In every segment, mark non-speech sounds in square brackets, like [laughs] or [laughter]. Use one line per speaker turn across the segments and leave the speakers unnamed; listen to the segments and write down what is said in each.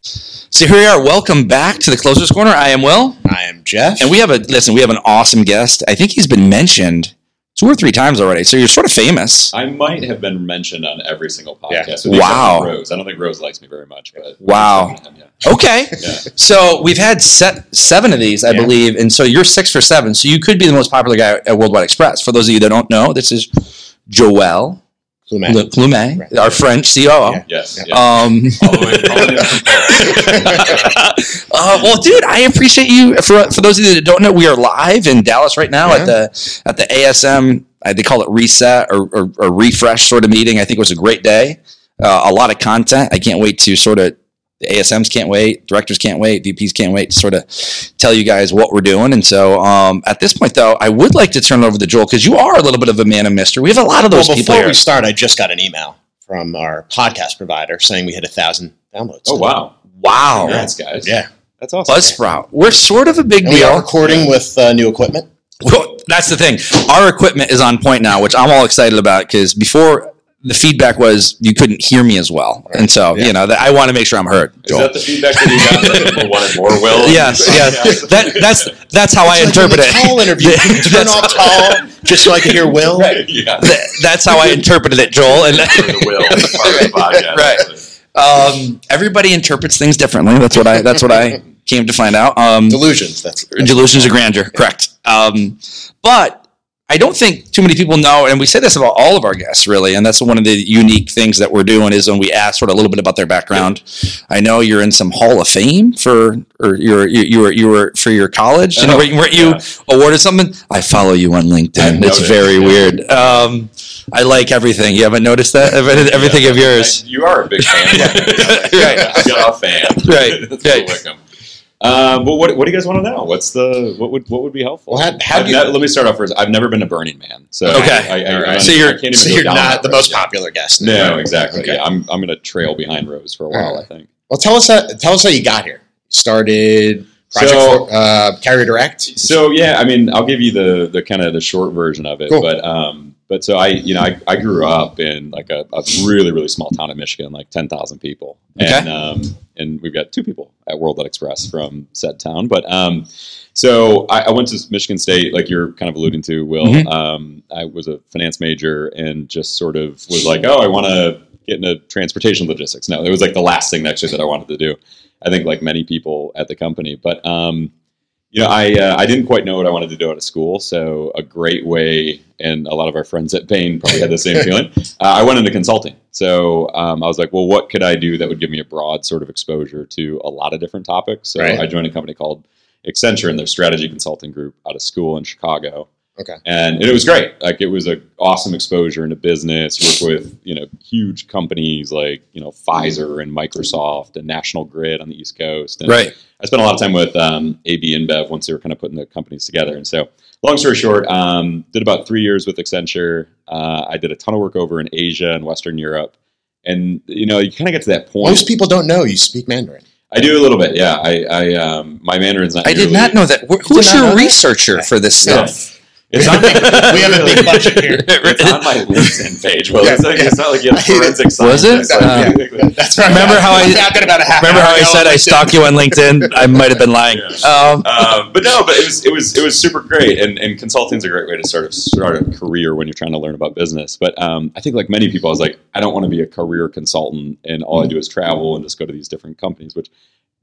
So here we are. Welcome back to the Closer's Corner. I am Will,
I am Jeff.
and we have a listen. We have an awesome guest. I think he's been mentioned two or three times already. So you're sort of
Uh,
famous.
I might have been mentioned on every single podcast.
Yeah.
with the exception of
Wow.
Rose. I don't think Rose likes me very much, but
Wow.
Yeah.
Okay.
Yeah.
So we've had set seven of these, I
Yeah.
believe, and so you're six for seven. So you could be the most popular guy at Worldwide Express. For those of you that don't know, this is Joel
Plumet.
Le Plumet,
Right.
our French COO.
Yes. Yeah.
Um,
Oh,
All the way- all the way from
uh, well, dude, I appreciate you. For for those of you that don't know, we are live in Dallas right now at
Yeah.
the at the ASM. uh, They call it reset or, or, or refresh sort of meeting. I think it was a great day. Uh, a lot of content. I can't wait to sort of the ASMs can't wait, directors can't wait, VPs can't wait to sort of tell you guys what we're doing. And so um, at this point, though, I would like to turn it over to Joel because you are a little bit of a man of mystery. We have a lot of
Well,
those people
before
here.
we start, I just got an email from our podcast provider saying we had a thousand
[laughs]
downloads.
Oh wow!
wow,
Congrats, guys.
Yeah,
that's awesome.
Buzzsprout, we're sort of a big
and we are
deal.
recording with uh, new equipment.
Well, that's the thing. Our equipment is on point now, which I'm all excited about because before the feedback was you couldn't hear me as well, and so
Yeah.
you know that I want to make sure I'm heard.
Is that the feedback that you got that people wanted more? Will [laughs]
yes, yes. That, that's that's how I
It's like
interpret
in the
it. [laughs]
Tall interview.
Yeah.
Can you turn off tall just so I can hear Will.
right. [laughs] Yeah.
That- That's how I interpreted it, Joel. And [laughs]
For the will part of the podcast.
Right. um, everybody interprets things differently. That's what I. That's what I came to find out. Um,
Delusions. That's, that's
delusions of grandeur correct um, but i don't think too many people know and we say this about all of our guests really and that's one of the unique things that we're doing is when we ask sort of a little bit about their background i know you're in some hall of fame for or you're you, you were you were for your college you know,
Oh,
weren't weren't you
yeah.
awarded something i follow you on linkedin
I've
it's
noticed,
very
yeah.
weird um, i like everything you haven't noticed that everything of yours
I- you are a big
[laughs]
fan. [laughs]
Right.
You got a fan.
Right.
[laughs] That's
Right.
Will Wickham. Um, but what, what do you guys want to know? What's the what would what would be helpful?
Well, how- how
I've
do you-
not- let me start off first. I've never been to Burning Man, so
Okay.
I, I,
All right.
I,
So you're-
I can't even
so
go
you're
down that
not the
road
most
yet.
popular guest.
No, exactly.
Okay.
Yeah, I'm I'm gonna trail behind Rose for a while. I think.
Well, tell us how, tell us how you got here. Started project
So-
for, uh, Carrier Direct.
So yeah, I mean, I'll give you the the kind of the short version of it,
Cool.
but um, but so I you know I, I grew up in like a, a really really small town in Michigan, like ten thousand people, and um, and we've got two people at Worldlet Express from said town, but um, so I, I went to Michigan State, like you're kind of alluding to, Will.
Mhm.
Um, I was a finance major and just sort of was like, oh, I want to get into transportation logistics. No, it was like the last thing actually that I wanted to do. I think like many people at the company, but um, you know, I uh, I didn't quite know what I wanted to do out of school. So a great way, and a lot of our friends at Bain probably had the same feeling. Uh, I went into consulting. So um, I was like, well, what could I do that would give me a broad sort of exposure to a lot of different topics? So
Right.
I joined a company called Accenture and their strategy consulting group out of school in Chicago.
Okay.
And, and it was great. Like it was an awesome exposure into business, work with, you know, huge companies like, you know, Pfizer and Microsoft and National Grid on the East Coast. And
right
I spent a lot of time with um, AB InBev once they were kind of putting the companies together. And so, long story short, um, did about three years with Accenture. Uh, I did a ton of work over in Asia and Western Europe. And you know, you kind of get to that point.
Most people don't know you speak Mandarin.
I do a little bit, yeah. I, I um, my Mandarin's not.
i did
nearly-
not know that Wh- who's
not know
your
that?
researcher for this
Yeah.
stuff
[laughs] It's on
[laughs] We have a big budget here.
[laughs]
It's on my LinkedIn page. Well, it's, like, it's not like you have forensic
Was it? Um,
scientists. Like,
That's right.
Remember how I-
found it about a half
Remember how
hour
I
ago.
said I stalk you on LinkedIn? I might have been lying.
Yeah.
Um,
[laughs] um, but no, but it was it was it was super great, and and consulting's a great way to sort of start a career when you're trying to learn about business. But um, I think like many people, I was like, I don't want to be a career consultant, and all I do is travel and just go to these different companies. Which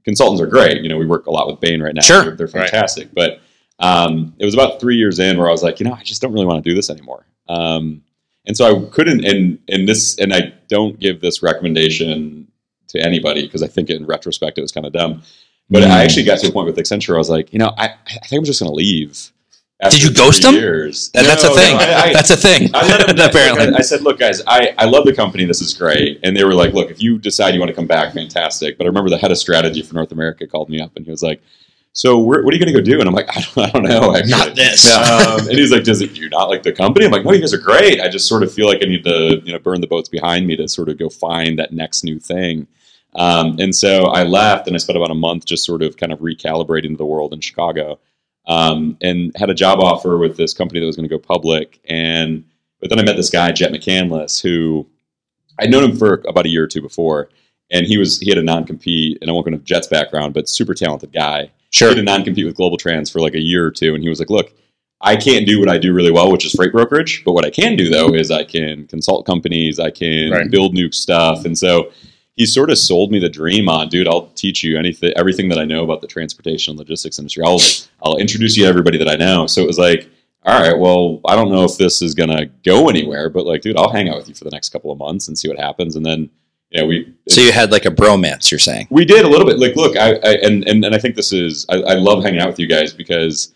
consultants are great. You know, we work a lot with Bain right now.
Sure.
they're, they're
Right.
fantastic. But um, it was about three years in where I was like, you know, I just don't really want to do this anymore. Um, and so I couldn't, and and this, and I don't give this recommendation to anybody because I think in retrospect it was kind of dumb. But
Mm.
I actually got to a point with Accenture. Where I was like, you know, I, I think I'm just going to leave. after
Did you
three
ghost 'em?
Years.
that- that's a
No,
thing.
no, I- I-
that's a thing.
I
[laughs]
let them,
Apparently.
I said, look, guys, I, I love the company. This is great. And they were like, look, if you decide you want to come back, fantastic. But I remember the head of strategy for North America called me up and he was like, so where, what are you going to go do? And I'm like, [laughs] I don't, I don't know. Actually. [laughs]
Not this.
Um, and he's like, does it, do you not like the company? I'm like, no, you guys are great. I just sort of feel like I need to, you know, burn the boats behind me to sort of go find that next new thing. Um, and so I left and I spent about a month just sort of kind of recalibrating the world in Chicago um, and had a job offer with this company that was going to go public. And but then I met this guy, Jet McCandless, who I'd known him for about a year or two before. and he was he had a non compete, and I won't go into Jets background, but super talented guy.
Sure.
He had a non compete with Global Trans for like a year or two, and he was like, "Look, I can't do what I do really well, which is freight brokerage, but what I can do though is I can consult companies, I can
Right.
build new stuff," and so. He sort of sold me the dream on, dude. I'll teach you anything, everything that I know about the transportation and logistics industry. I'll, I'll introduce you to everybody that I know. So it was like, all right, well, I don't know if this is gonna go anywhere, but like, dude, I'll hang out with you for the next couple of months and see what happens. And then, yeah, we
So you had like a bromance, you're saying?
we did a little bit. Like, look, I, I and, and and I think this is I, I love hanging out with you guys because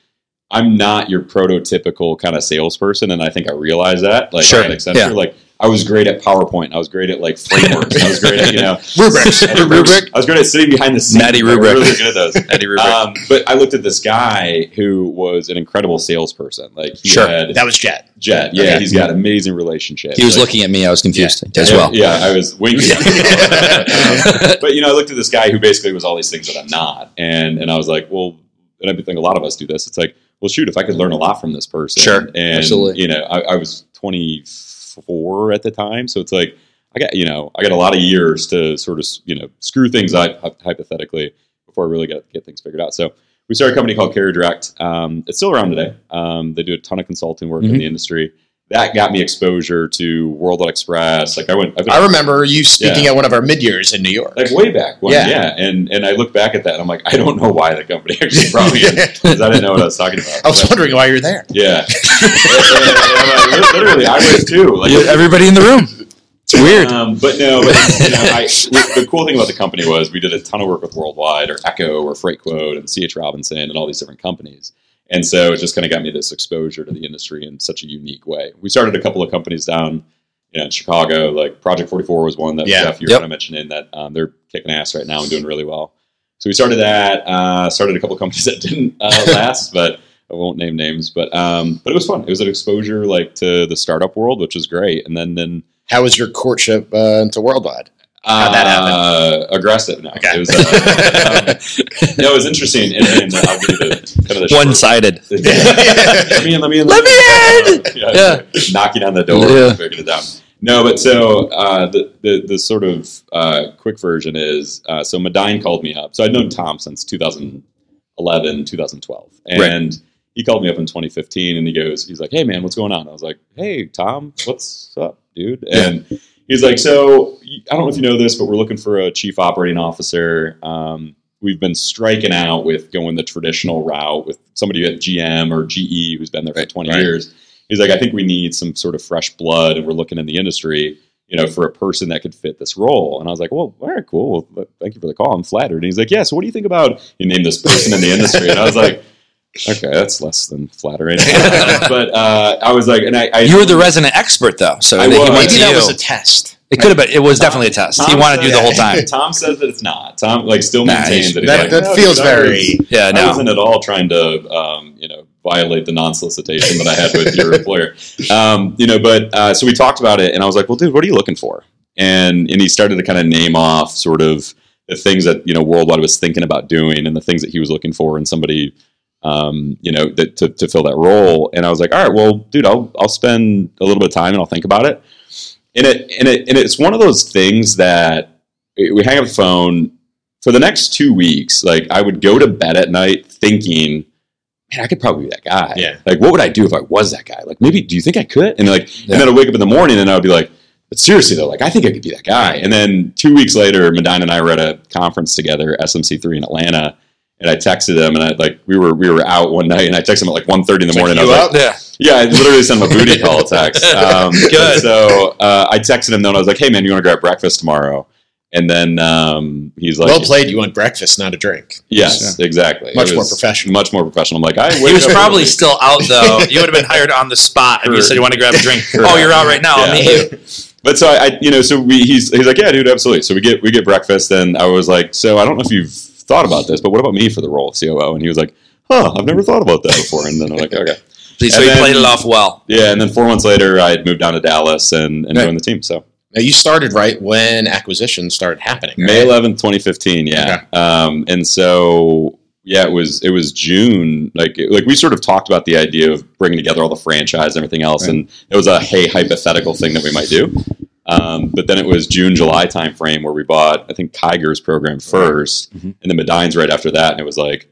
I'm not your prototypical kind of salesperson, and I think I realize that. Like
Sure,
at Accenture,
yeah.
like I was great at PowerPoint, I was great at like frameworks, I was great at you
[laughs]
know
Rubrics.
Rubric?
[laughs] I was great at sitting behind the scenes.
Natty
I was
rubric.
really good
[laughs]
at those.
Eddie Rubric.
Um, but I looked at this guy who was an incredible salesperson. Like he
Sure.
had
That was Jet.
Jet. Yeah,
Okay.
he's got amazing relationships.
he was
Like,
looking at me. I was confused
yeah,
as well.
Yeah, I was winking. Um, [laughs] but you know, I looked at this guy who basically was all these things that I'm not, and and I was like, well, and I think a lot of us do this. It's like, well, shoot, if I could learn a lot from this person,
Sure,
and
absolutely.
you know, I, I was 24 at the time, so it's like. I got you know I got a lot of years to sort of you know screw things up hy- hypothetically before I really got get things figured out. So we started a company called Carrier Direct. Um, it's still around today. Um, they do a ton of consulting work
Mhm.
Mm-hmm.
in the industry. That got me exposure to World Express. Like I went, I've been,
I remember you speaking at one of our mid years in New York. [laughs]
like way back when,
Yeah.
yeah. And and I look back at that, and I'm like, I don't know why the company [laughs] actually brought
[laughs]
me in because I didn't know what I was talking about.
I was
But,
wondering why you're there.
yeah, [laughs] And- and- and I- literally, I was too. Like,
You- Everybody in the room. It's weird.
um, but no, but, you know, I, the cool thing about the company was we did a ton of work with Worldwide or Echo or FreightQuote and CH Robinson and all these different companies. And so it just kind of got me this exposure to the industry in such a unique way. We started a couple of companies down you know, in Chicago, like Project 44 was one that
Yeah.
Jeff, you
Yep.
were kind of mentioning that um, they're kicking ass right now and doing really well. So we started that, uh, started a couple of companies [laughs] that didn't uh, last, but I won't name names, but um, but it was fun. It was an exposure like to the startup world, which was great. And then then
How was your courtship uh,
[laughs]
to Worldwide? How'd that happen?
uh, aggressive. No,
Okay.
it was. Uh, [laughs] um, no, it was interesting. uh, And, and I'll give you the kind of the
One sided.
short- [laughs] let me in. Let me in.
Let me
in. Yeah, knocking on the door.
Yeah.
Breaking it down. No, but so uh, the, the the sort of uh, quick version is uh, so Medine called me up. So I'd known Tom since 2011, 2012, and. He called me up in 2015 and he goes, he's like, hey man, what's going on? I was like, hey Tom, what's up, dude? And he's like, so y- I don't know if you know this, but we're looking for a chief operating officer. Um, we've been striking out with going the traditional route with somebody at GM or GE who's been there for 20
right.
years. He's like, I think we need some sort of fresh blood, and we're looking in the industry, you know, for a person that could fit this role. And I was like, well, all right, cool. Well, thank you for the call. I'm flattered. And he's like, yeah. So what do you think about you name this person in the industry? And I was like. Okay, that's less than flattering. [laughs] but uh, I was like, and I, I
You were the resident expert, though. So
I
he
was.
went
Maybe
to
that
you.
was a test.
it could have been. It was definitely a test. he
Tom
wanted
said-
you the whole
[laughs]
time.
Tom says that it's not. Tom like still
Nah, he's-
maintains that. He's
That,
like,
that
"No,
feels
that was-
very.
Yeah,
I
no.
wasn't at all trying to, um, you know, violate the non-solicitation that I had
[laughs]
with your employer. Um, you know, but uh, so we talked about it, and I was like, "Well, dude, what are you looking for?" And and he started to kind of name off sort of the things that you know worldwide was thinking about doing, and the things that he was looking for in somebody, um, you know, that, to to fill that role. And I was like, "All right, well, dude, I'll I'll spend a little bit of time and I'll think about it." And it and it and it's one of those things that we hang up the phone for the next two weeks, like I would go to bed at night thinking, man, I could probably be that guy.
Yeah.
Like, what would I do if I was that guy? Like, maybe do you think I could? And like,
Yeah.
and then I'd wake up in the morning and I would be like, but seriously though, like I think I could be that guy. And then two weeks later, Medina and I were at a conference together, SMC3 in Atlanta. And I texted him, and I like we were we were out one night, and I texted him at like 1.30 in the morning. I
you
was like,
up?
Yeah.
yeah, I literally sent him
[laughs]
a booty call text. Um,
Good.
So uh, I texted him though, and I was like, "Hey man, you want to grab breakfast tomorrow?" And then um, he's like,
well played. You want breakfast, not a drink.
Yes, exactly.
Much
It
more
was
professional.
Much more professional. I'm like, I
He was probably
still
still out though. You would have been hired on the spot if you
Sure.
said you want to grab a drink.
Sure.
Oh, you're out right now. I'll
Yeah.
meet you.
But so I, I- you know, so we, he's he's like, yeah, dude, absolutely. So we get we get breakfast, and I was like, so I don't know if you've thought about this, but what about me for the role of COO? And he was like, huh, I've never thought about that before. And then I'm like, okay,
So
And
he
then-
played it off well.
yeah. And then four months later, I had moved down to Dallas and and
Right.
joined the team. So
Now you started right when acquisitions started happening. right?
May eleventh, twenty fifteen. Yeah. Um, and so yeah, it was it was June. Like it- like we sort of talked about the idea of bringing together all the franchise and everything else,
Right.
and it was a hey hypothetical thing that we might do. Um, but then it was June, July timeframe where we bought, I think, Kiger's program 1st
Mm-hmm.
Mhm.
and then Medines right after that. And it was like,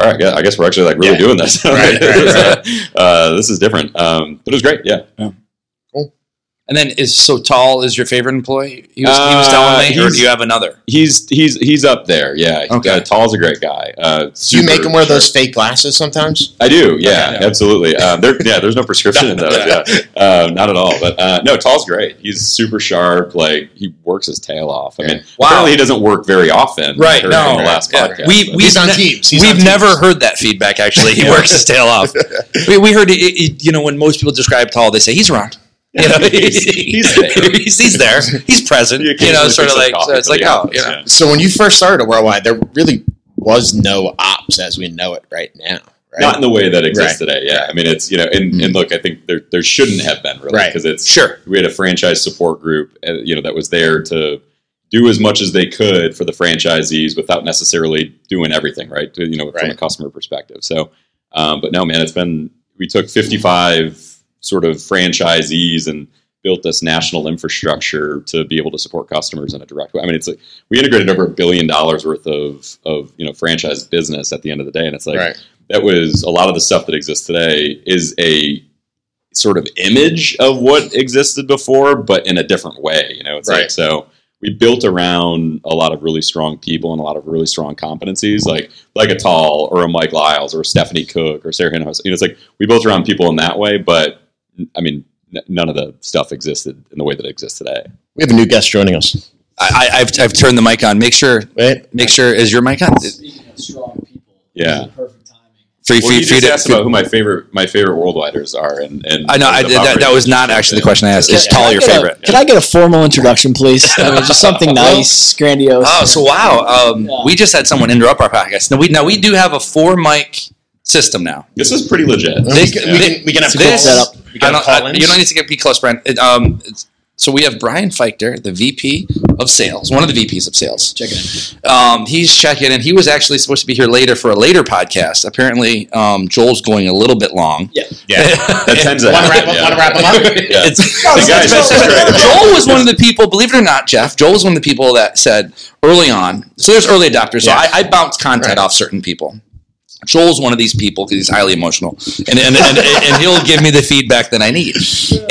all right, yeah, I guess we're actually like really
Yeah.
doing this. [laughs]
Right, right,
uh, this is different. Um, but it was great. Yeah.
And then is so tall is your favorite employee? He was, he was
Uh,
telling me, or
he's-
do you have another?
He's he's he's up there. Yeah.
Okay.
Uh, Tall's a great guy. Uh,
Do you
super
make him wear
sharp.
those fake glasses sometimes?
I do, yeah,
Okay, yeah. [laughs]
absolutely. Um, there, yeah, there's no prescription in those, yeah, um, not at all. But uh, no, Tall's great. He's super sharp. Like he works his tail off. I mean,
Wow.
apparently he doesn't work very often.
Right,
I heard
no.
from the last
Yeah.
podcast.
We-
but-
we-
He's on
ne-
teams. He's on
We've
teams.
never heard that feedback. Actually, he
Yeah.
works his tail [laughs] off. we, we heard, it, it, you know, when most people describe tall, they say he's around. You know,
He's- he's there.
[laughs] he's, he's there. He's present.
He
You know,
occasionally
sort of
picks up
like
coffee
so it's
for
like
the
oh,
office,
you know.
yeah.
So when you first started at Worldwide, there really was no ops as we know it right now. Right?
Not in the way that
Right.
exists today. Yeah, I mean, it's you know, and,
Mhm.
and look, I think there there shouldn't have been really
Right.
because it's
Sure.
we had a franchise support group, uh, you know, that was there to do as much as they could for the franchisees without necessarily doing everything, right? To- You know, from a
Right.
customer perspective. So, um, but no, man, it's been we took 55 sort of franchisees and built this national infrastructure to be able to support customers in a direct way. I mean, it's like we integrated over a billion dollars worth of of you know franchise business at the end of the day, and it's like
right.
that was a lot of the stuff that exists today is a sort of image of what existed before, but in a different way. You know, it's
Right.
like so we built around a lot of really strong people and a lot of really strong competencies, like like a Tall or a Mike Lyles or a Stephanie Cook or Sarah Hinojosa. You know, it's like we built around people in that way, but I mean, n- none of the stuff existed in the way that it exists today.
We have a new guest joining us.
I, I- I've I've turned the mic on. Make sure
Wait.
make sure is your mic on?
Speaking of strong people,
Mm-hmm.
Yeah.
this is perfect timing.
Free
Well, you
feed
just
feed it.
asked about who my favorite my favorite worldwiders are, and, and
I know. I,
the
that, that
Bob
was not actually the question I asked. Is
Yeah.
tall
Can I
your
get a-
favorite?
Can I get a formal introduction, please? I mean, just something nice, grandiose.
Oh, so wow. Um,
Yeah.
We just had someone interrupt our podcast. Now we now we do have a four mic system now.
This is pretty legit.
we, can, we, can, we can have
This-
calls. We
I
can have
don't, I,
call-ins.
you don't need to get be close, Brian. It, um, it's- so we have Brian Feichter, the VP of Sales, one of the VPs of Sales.
Check it
Um, he's checking in. He was actually supposed to be here later for a later podcast. Apparently, um, Joel's going a little bit long. [laughs]
yeah.
That tends to
Want to
happen,
wrap,
yeah.
want to wrap 'em [laughs] up?
Yeah.
It's-
No,
it's- Guys, it's- this is great.
Joel was one of the people, believe it or not, Jeff, Joel was one of the people that said early on, so there's early adopters. So
Yeah.
I, I bounce content
Right.
off certain people. Joel's one of these people because he's highly emotional, and and, and, and he'll give me the feedback that I need.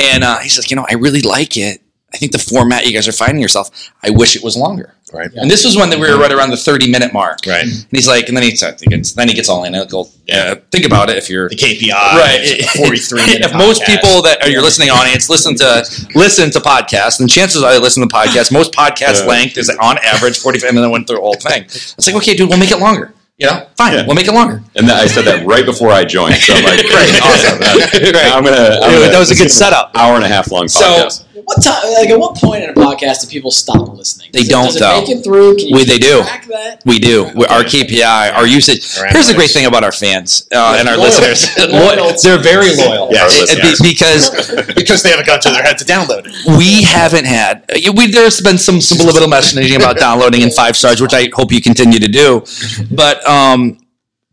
And uh, he says, you know, I really like it. I think the format you guys are finding yourself. I wish it was longer.
Right.
And this was when we were right around the 30 minute mark.
Mm-hmm. Right.
And he's like, and then he starts thinking, then he gets all analytical. Yeah, think about it if you're
The KPI.
right.
it's a
[laughs]
43 minute
if most
podcast.
people that are your listening audience listen to listen to podcasts, and chances are they listen to podcasts, most podcast
Yeah.
length is on average forty five minutes. Went through the whole thing. It's like okay, dude, we'll make it longer. You know, fine,
Yeah.
we'll make it longer.
And that, I said that right before I joined. So I'm like,
Great, awesome.
[laughs] I'm gonna. I'm gonna-
that was a
this
good
is gonna be an
setup.
Hour and a half long
So-
podcast.
up. What time? Like, at what point in a podcast do people stop listening?
They
Does it-
don't,
does it
though.
Make it through? Can you
We- they do.
Track that?
We do We- our KPI, our usage.
Our
Here's the
analytics.
great thing about our fans uh, and our
Loyal.
listeners.
Loyal.
Loyal. They're very loyal.
Yes.
It- it- be-
Yes.
because
[laughs] because they haven't gone to their head to download it.
we haven't had we, there's been some some little messaging
[laughs]
about downloading in five stars which i hope you continue to do but um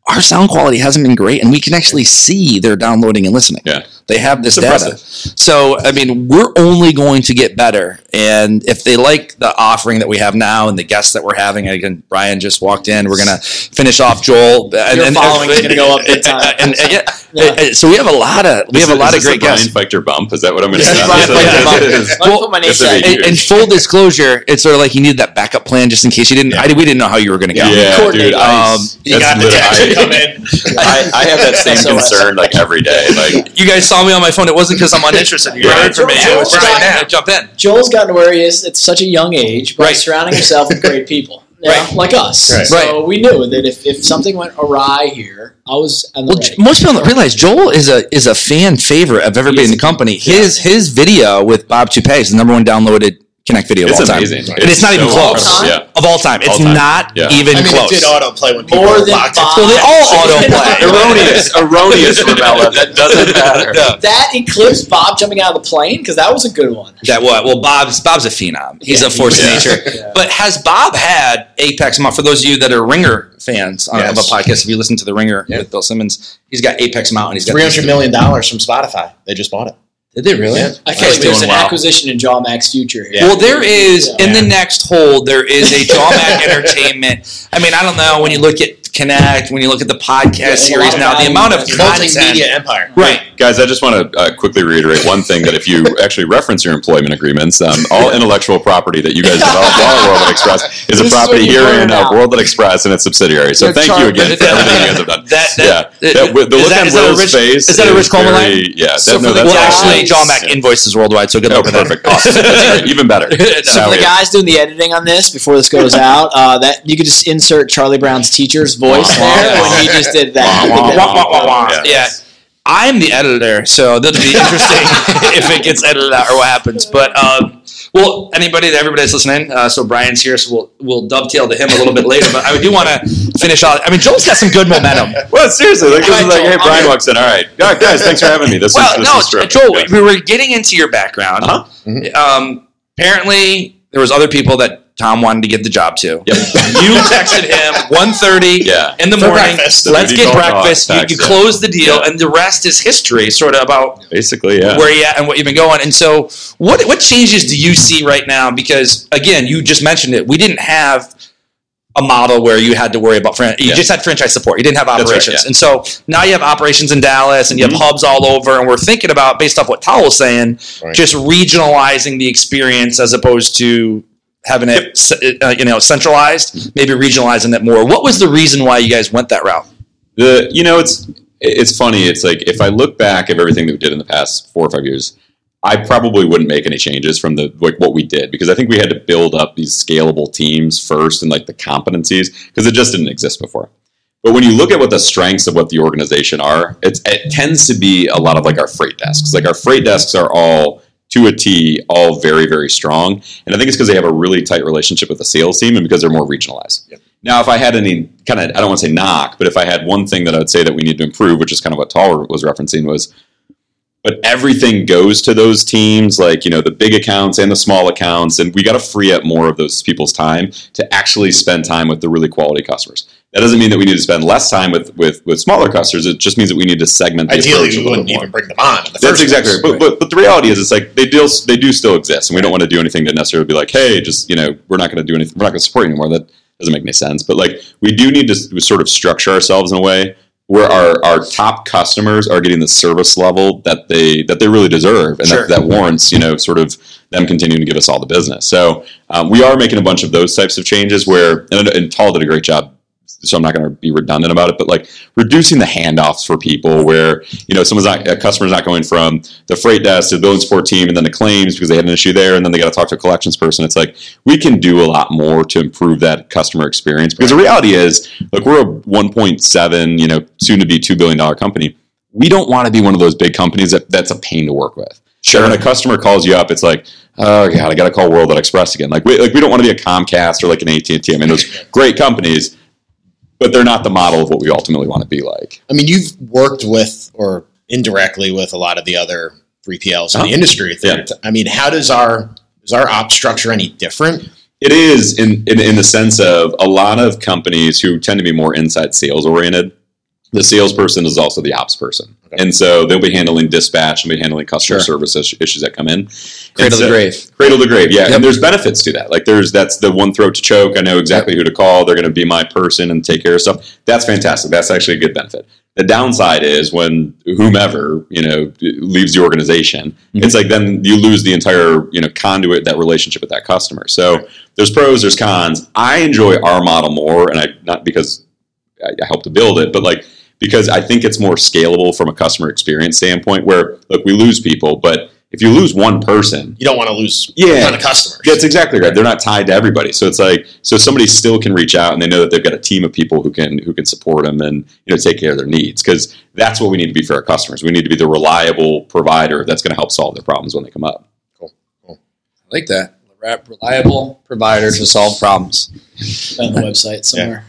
our sound quality hasn't been great and we can actually see they're downloading and listening
Yeah.
they have this
It's
data
impressive.
so i mean we're only going to get better and if they like the offering that we have now and the guests that we're having again brian just walked in we're gonna finish off joel and,
Your
and-
following is gonna go up big time.
and,
[laughs]
and- yeah.
Yeah.
so we have a lot of we have a
Is
lot of
this
great
Brian
guests
Feichter bump. Is that what I'm gonna
Yeah,
say?
Brian
It's
Feichter
[laughs] like-
bump.
it's-
Let me put my name
it's a
tag.
big-
and, and full disclosure, it's sort of like you needed that backup plan just in case you didn't. I, we didn't know how you were going to go.
Yeah, dude. I,
Um,
You
that's
got the
lit-
text
I-
to come in.
I, I have that
[laughs]
same concern like every day. Like,
You guys saw me on my phone. It wasn't because I'm uninterested. You
Yeah.
heard from me. It was
Right.
right now. I jump in.
Joel's gotten to where he is at such a young age by
Right.
surrounding himself with
[laughs]
great people, you know,
Right.
like us.
Right.
So we knew that if, if something went awry here, I was on the
Well, J-
ready.
most people don't realize Joel is a is a fan favorite of everybody in the company. His his video with Bob Toupee is the number one downloaded Connect video of
it's
all time.
amazing.
And it's, not
so
even close.
awesome. Yeah.
Of all time, it's
All time.
not
Yeah.
even
I mean,
close.
it did autoplay when people
More
were
than
locked in.
five.
well, they
[laughs]
all autoplay. [laughs]
Erroneous, erroneous, Ramella. That doesn't matter.
No.
that eclipsed Bob jumping out of the plane because that was a good one.
That what? Well, Bob's Bob's a phenom. He's
Yeah.
a force
Yeah.
of nature.
Yeah.
But has Bob had Apex Mountain? For those of you that are Ringer fans on, of
Yes.
a podcast, if you listen to the Ringer
Yeah.
with Bill Simmons, he's got Apex Mountain. He's got
Three hundred million dollars from Spotify. They just bought it.
Did they really?
Yeah.
I feel
He's
like there's
doing
an
well.
acquisition in Jaw Max future here.
Yeah.
Well, there is
Yeah.
in the next hold. There is a Jawmac [laughs] Entertainment. I mean, I don't know when you look at Connect, when you look at the podcast
there's a lot
series
of
now, the
value
amount of
invested.
content.
Multimedia empire.
Right.
Guys, I just want to uh, quickly reiterate one thing that if you actually reference your employment agreements, um, all intellectual property that you [laughs] guys developed on World at Express is a
This is
property
what you
here
learn
in uh,
now.
World at Express and its subsidiary. So
Your
thank you
chart-
again for everything you guys have done.
That, that,
yeah,
it-
that, wi- the
is
look
that-
on
is that a
Will's
Rich-
face
is that a Rich Coleman
very- Yeah,
So
that, no,
for the,
that's
well,
awesome.
actually,
Yes.
Jawmac invoices worldwide. So good
Oh,
luck with
perfect.
that. [laughs]
Awesome. That's great. Even better.
So
Now
for
we-
the guys doing the editing on this before this goes out, uh, that you could just insert Charlie Brown's teacher's voice
Wah, wah,
there
wah.
when he just did
Wah,
that.
wah,
Wah,
wah,
wah, wah, wah.
Yeah.
Um, Yeah. I'm the editor, so that'll be interesting [laughs] if it gets edited out or what happens. But um, well, anybody, everybody that's listening, uh, so Brian's here, so we'll we'll dovetail to him a little bit later. But I do want to finish out. I mean, Joel's got some good momentum.
Well, seriously, like, this
Alright,
is like,
Joel,
hey,
I'll [laughs]
Brian
do it.
walks in. All right, Yeah, guys, thanks for having me. This
well,
is this
no,
is terrific.
Joel,
Yeah.
we were getting into your background.
Uh-huh.
Um, apparently, there was other people that Tom wanted to get the job to.
Yep. [laughs]
[laughs] You texted him 1.30
Yeah.
in the
For
morning.
breakfast.
Let's
These
get
are not
breakfast. You,
facts,
you
yeah.
close the deal,
Yeah.
and the rest is history, sort of about
Basically, yeah.
where you at and what you've been going. And so, what what changes do you see right now? Because again, you just mentioned it. We didn't have a model where you had to worry about fran- you
Yeah.
just had franchise support. You didn't have
That's right,
operations,
yeah.
and so now you have operations in Dallas and you
Mhm.
have hubs all over. And we're thinking about based off what Tal was saying,
Right.
just regionalizing the experience as opposed to having it s- uh, you know centralized. Maybe regionalizing it more. What was the reason why you guys went that route?
the you know it's it's funny it's like if i look back at everything that we did in the past four or five years i probably wouldn't make any changes from the like what we did because i think we had to build up these scalable teams first and like the competencies because it just didn't exist before but when you look at what the strengths of what the organization are it's, it tends to be a lot of like our freight desks like our freight desks are all to a T, all very, very strong. And I think it's because they have a really tight relationship with the sales team and because they're more regionalized. Now, if I had any kind of, I don't want to say knock, but if I had one thing that I would say that we need to improve, which is kind of what Tal was referencing, was but everything goes to those teams, like, you know, the big accounts and the small accounts. And we got to free up more of those people's time to actually spend time with the really quality customers. That doesn't mean that we need to spend less time with, with, with smaller customers. It just means that we need to segment the
Ideally,
approach a
we
little
wouldn't
bit more.
even bring them on. in the
That's
first
exactly
place.
right. But, but but the reality is, it's like they deal they do still exist, and we don't want to do anything to necessarily be like, hey, just you know, we're not going to do anything, we're not going to support you anymore. That doesn't make any sense. But like, we do need to s- sort of structure ourselves in a way where our, our top customers are getting the service level that they that they really deserve, and
Sure.
that, that warrants you know sort of them continuing to give us all the business. So um, we are making a bunch of those types of changes where and, I know- and Tal did a great job. So I'm not going to be redundant about it, but like reducing the handoffs for people, where you know someone's not a customer's not going from the freight desk to the building support team and then the claims because they had an issue there and then they got to talk to a collections person it's like we can do a lot more to improve that customer experience because the reality is look we're a 1.7 you know soon to be 2 billion dollar company we don't want to be one of those big companies that that's a pain to work with Sure. When a customer calls you up, it's like, oh god, I got to call World at Express again. Like, we, like we don't want to be a Comcast or like an AT and T. I mean, those great companies, but they're not the model of what we ultimately want to be like.
I mean, you've worked with or indirectly with a lot of the other 3PLs in
Uh-huh.
the industry.
Yeah.
I mean, how does our is our op structure any different?
It is in, in in the sense of a lot of companies who tend to be more inside sales oriented. The salesperson is also the ops person,
Okay.
and so they'll be handling dispatch and be handling customer
Sure.
service is- issues that come in.
Cradle to
so-
grave.
Cradle to grave, yeah.
Yep.
And there's benefits to that. Like there's that's the one throat to choke. I know exactly who to call. They're going to be my person and take care of stuff. That's fantastic. That's actually a good benefit. The downside is when whomever you know leaves the organization,
Mhm.
it's like then you lose the entire you know conduit that relationship with that customer. So there's pros, there's cons. I enjoy our model more, and I not because I I helped to build it, but like because I think it's more scalable from a customer experience standpoint. Where look, we lose people, but if you lose one person,
You don't want to lose a
yeah,
ton of customers.
that's exactly right. They're not tied to everybody, so it's like so somebody still can reach out and they know that they've got a team of people who can who can support them and you know take care of their needs because that's what we need to be for our customers. We need to be the reliable provider that's going to help solve their problems when they come up.
I like that. Reliable provider to solve problems.
It's on the website somewhere.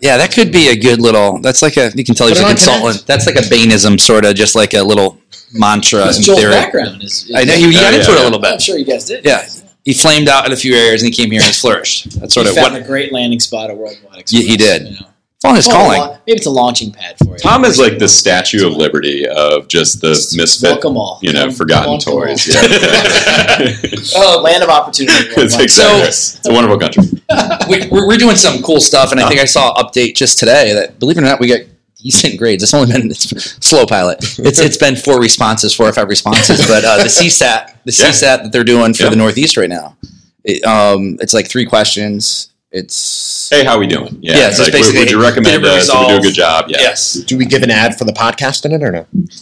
Yeah, that could be a good little. That's like a. You can tell he's
Put
a
it on
consultant. That's like a Bainism sort of, just like a little mantra
It's
in
Joel's
theory.
background is. is
I know you, you
Yeah,
got
yeah,
into it
yeah.
a little
I'm
bit.
sure you guys did.
Yeah, he flamed out in a few areas and he came here and has flourished. That's sort
He
of
found
what
a great landing spot at Worldwide.
He- he
Express,
did.
you know.
Fall is
Well,
calling.
la- Maybe it's a launching pad for you.
Tom is like the Statue of Liberty of just the
Just
misfit,
Fuck 'em all.
you know,
Fuck
forgotten
'em [laughs]
toys.
all.
Yeah. it's
Oh, land of opportunity.
exactly. [laughs] It's a wonderful country.
we, we're, we're doing some cool stuff, and I
Uh-huh.
think I saw an update just today that, believe it or not, we got decent grades. It's only been it's slow pilot. It's it's been four responses, four or five responses, but uh, the CSAT, the
Yeah.
CSAT that they're doing for
Yeah.
the Northeast right now, it, um, it's like three questions. It's
Hey, how we doing? Yeah,
Yeah,
it's
just
like, would- would
basically,
you recommend
did it
us? Did we do a
resolve?
good job? Yeah.
yes,
Do we give an ad for the podcast in it or no?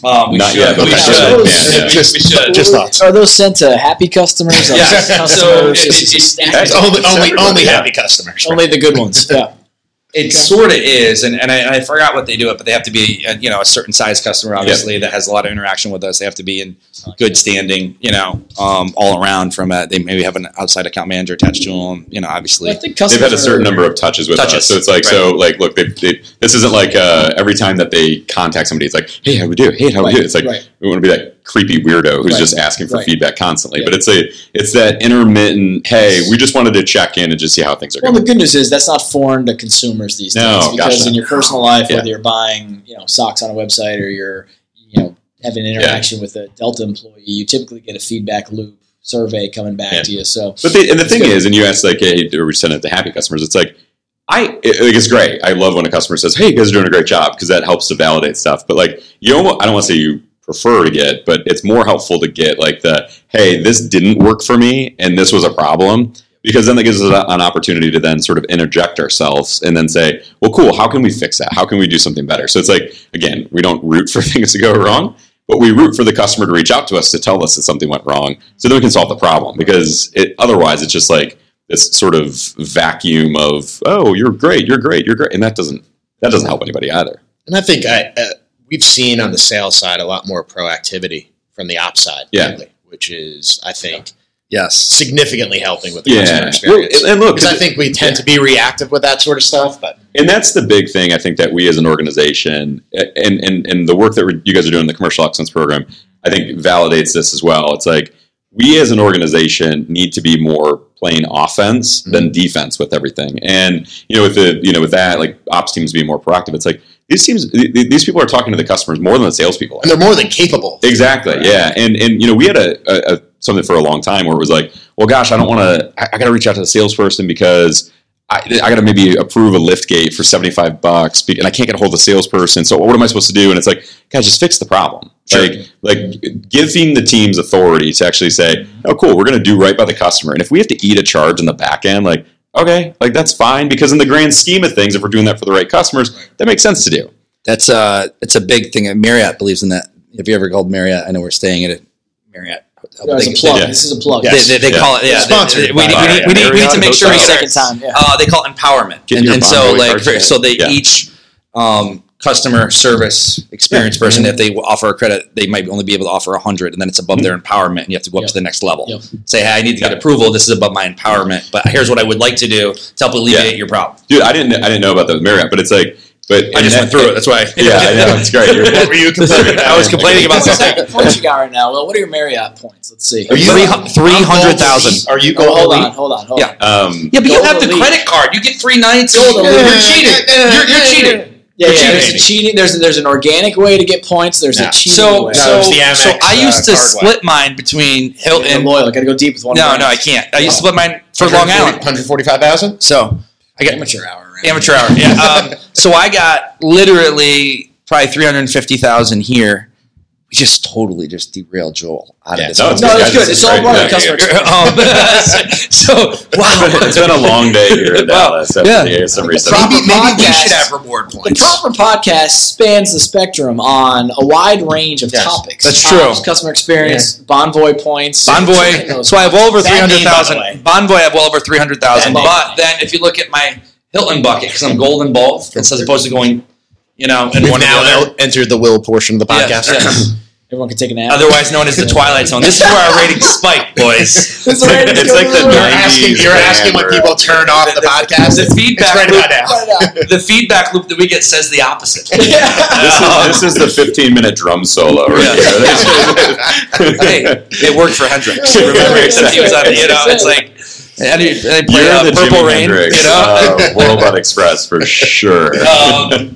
um,
Not yet, but
we
we
should.
should.
Yeah,
Yeah, yeah.
Just-
we
Uh,
should.
just thoughts.
Are those sent to happy customers?
Yeah,
Upset
[laughs] so
customers?
it-
It's just-
it-
It's only only, only
Yeah.
happy customers.
only the good ones. Yeah.
It sort of is, and, and I, and I forgot what they do it, but they have to be a, you know a certain size customer, obviously that has a lot of interaction with us. They have to be in good standing, you know, um, all around. From a, they maybe have an outside account manager attached to them, you know,
Well, I
obviously.
think
They've
customers
had a certain
are-
number of touches with
Touches,
us, so it's like so. Like, look, they've, they this isn't like uh, every time that they contact somebody, it's like, hey, how we do? Hey, how we do? It's like
right.
we want to be that creepy weirdo who's
Right.
just asking for
Right.
feedback constantly.
Yeah.
But it's a it's that intermittent. Hey, we just wanted to check in and just see how things are
Well, the
going.
good news is that's not foreign to consumers these
No,
days because
gosh,
in
no.
your personal life,
Yeah.
whether you're buying you know socks on a website or you're you know having an interaction with a Delta employee, you typically get a feedback loop survey coming back
Yeah.
to you. So
But the, and the thing
good.
is, and you asked like, hey, do we send it to happy customers? It's like. I it, like, it's great. I love when a customer says, "Hey, you guys are doing a great job," because that helps to validate stuff. But like, you almost, I don't want to say you prefer to get, but it's more helpful to get like the, "Hey, this didn't work for me, and this was a problem," because then that gives us a- an opportunity to then sort of interject ourselves and then say, "Well, cool. How can we fix that? How can we do something better?" So it's like, again, we don't root for [laughs] things to go wrong. But we root for the customer to reach out to us to tell us that something went wrong, so then we can solve the problem. Because it, otherwise, it's just like this sort of vacuum of oh you're great you're great you're great and that doesn't that doesn't help anybody either
And I think I, uh, we've seen on the sales side a lot more proactivity from the ops side,
Yeah.
lately, which is I think
Yes,
significantly helping with the customer
Well,
experience.
and, and look
because I think we tend to be reactive with that sort of stuff, but
and that's the big thing i think that we as an organization a- and and, and the work that we're, you guys are doing in the commercial excellence program i think validates this as well it's like we as an organization need to be more playing offense than defense with everything and you know with the you know with that like ops teams being more proactive it's like these teams th- th- these people are talking to the customers more than the salespeople are.
and they're more than capable.
Exactly. Yeah. And and you know we had a, a, a something for a long time where it was like, well, gosh, I don't want to. I, I got to reach out to the salesperson because I, I got to maybe approve a lift gate for seventy five bucks, be- and I can't get a hold of the salesperson. So what am I supposed to do? And it's like, guys, just fix the problem.
Sure.
Like like giving the teams authority to actually say, oh, cool, we're going to do right by the customer, and if we have to eat a charge in the back end, like. Okay, like that's fine because in the grand scheme of things, if we're doing that for the right customers, that makes sense to do.
that's uh, it's a big thing. Marriott believes in that. Have you ever called Marriott? I know we're staying at a Marriott. hotel, but
as
they-
a plug,
yeah.
this is a plug.
Yeah.
They, they, they
Yes.
call it. Yeah,
Sponsored
they- they- we,
by
we need, we, need, we need to make sure we
Every
say
second time, yeah.
uh, they call it empowerment,
Get
and,
your
and
bond
so
rate
like
cards.
for, so they
Yeah.
each um, customer service experience person, if they offer a credit, they might only be able to offer hundred, and then it's above their empowerment, and you have to go up
Yep.
to the next level.
Yep.
Say, hey, I need to get
Hmm. Yeah.
approval. This is above my empowerment, but here's what I would like to do to help alleviate your problem.
Dude, I didn't I didn't know about the Marriott, but it's like, but
I just went through it. That's why.
[laughs] Yeah, I know. It's
[laughs]
great. You're-
What were you complaining about?
I was complaining about [laughs]
What's the
something.
second points you got right now? Well, what are your Marriott points? Let's see.
Are you-
Three
I'm
hu- 300,000.
Are you
Oh,
going?
hold
elite?
on, hold on, hold
Yeah.
on.
Um,
Yeah, but you
Gold
have the
elite.
credit card. You get three nights.
Gold
You're
elite.
cheating. You're, you're cheating.
Yeah,
You're
yeah, there's a
cheating.
cheating. There's a, there's an organic way to get points. There's
No.
a cheating
So,
way.
No, it
so,
was the Amex,
so I
uh,
used to
card one.
split mine between
I'm
Hilton.
loyal. I got to go deep with one.
No,
brand.
no, I can't. I used to split mine for Long Island.
145,000?
So I got
amateur hour. Right?
amateur hour. Yeah. Um, [laughs] so I got literally probably three hundred fifty thousand here. We just totally just derailed Joel out of
Yeah,
this.
no,
No,
Yeah,
it's good.
this
It's
is
all
great.
part of
Yeah,
the customer.
[laughs]
experience.
[laughs] um, [laughs] so [laughs] wow,
it's been a long day here in
[laughs] Wow.
Dallas after
Yeah.
the ASM reset.
Proper
Maybe- maybe we
podcast-
should have
reward
The proper podcast spans the spectrum on a wide range of
Yes.
topics.
That's
Topics,
true.
Customer experience, Bonvoy points,
Bonvoy. So I have well over
Bad
three hundred
name, by the way.
thousand. Bonvoy, I have well over three hundred thousand.
Bad name.
But then if you look at my Hilton bucket, because I'm gold involved, as opposed to going, you know, in
We've
one
now
or the other.
el- entered the will portion of the
Yes,
podcast. [laughs]
yes.
Everyone can take a nap.
Otherwise known as the Twilight Zone. This is where our
[laughs]
ratings spike, boys.
It's
like-
already-
it's like the
You're
already-
asking, you're asking when people turn off the podcast.
The
It's
feedback
[laughs] right
loop,
about now.
the feedback loop that we get says the opposite. [laughs]
This
Um,
is, this is the 15 minute drum solo right
[laughs] Yeah.
here. [laughs]
hey, it worked for Hendrix.
Yeah,
[laughs]
Remember, except he was on,
exactly.
you know, it's like, And he, they play
You're
uh,
the
Purple
Jimi
Rain,
Hendrix
you know? [laughs]
of Worldwide Express for sure.
Um,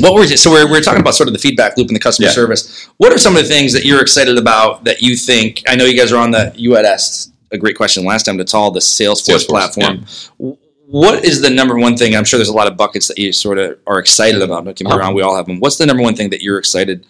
what were so we're, we're talking about sort of the feedback loop and the customer
Yeah.
service. What are some of the things that you're excited about that you think? I know you guys are on the. You had asked a great question last time. That's all the Salesforce,
Salesforce,
platform. What is the number one thing? I'm sure there's a lot of buckets that you sort of are excited about. Don't get me
Uh-huh.
wrong, we all have them. What's the number one thing that you're excited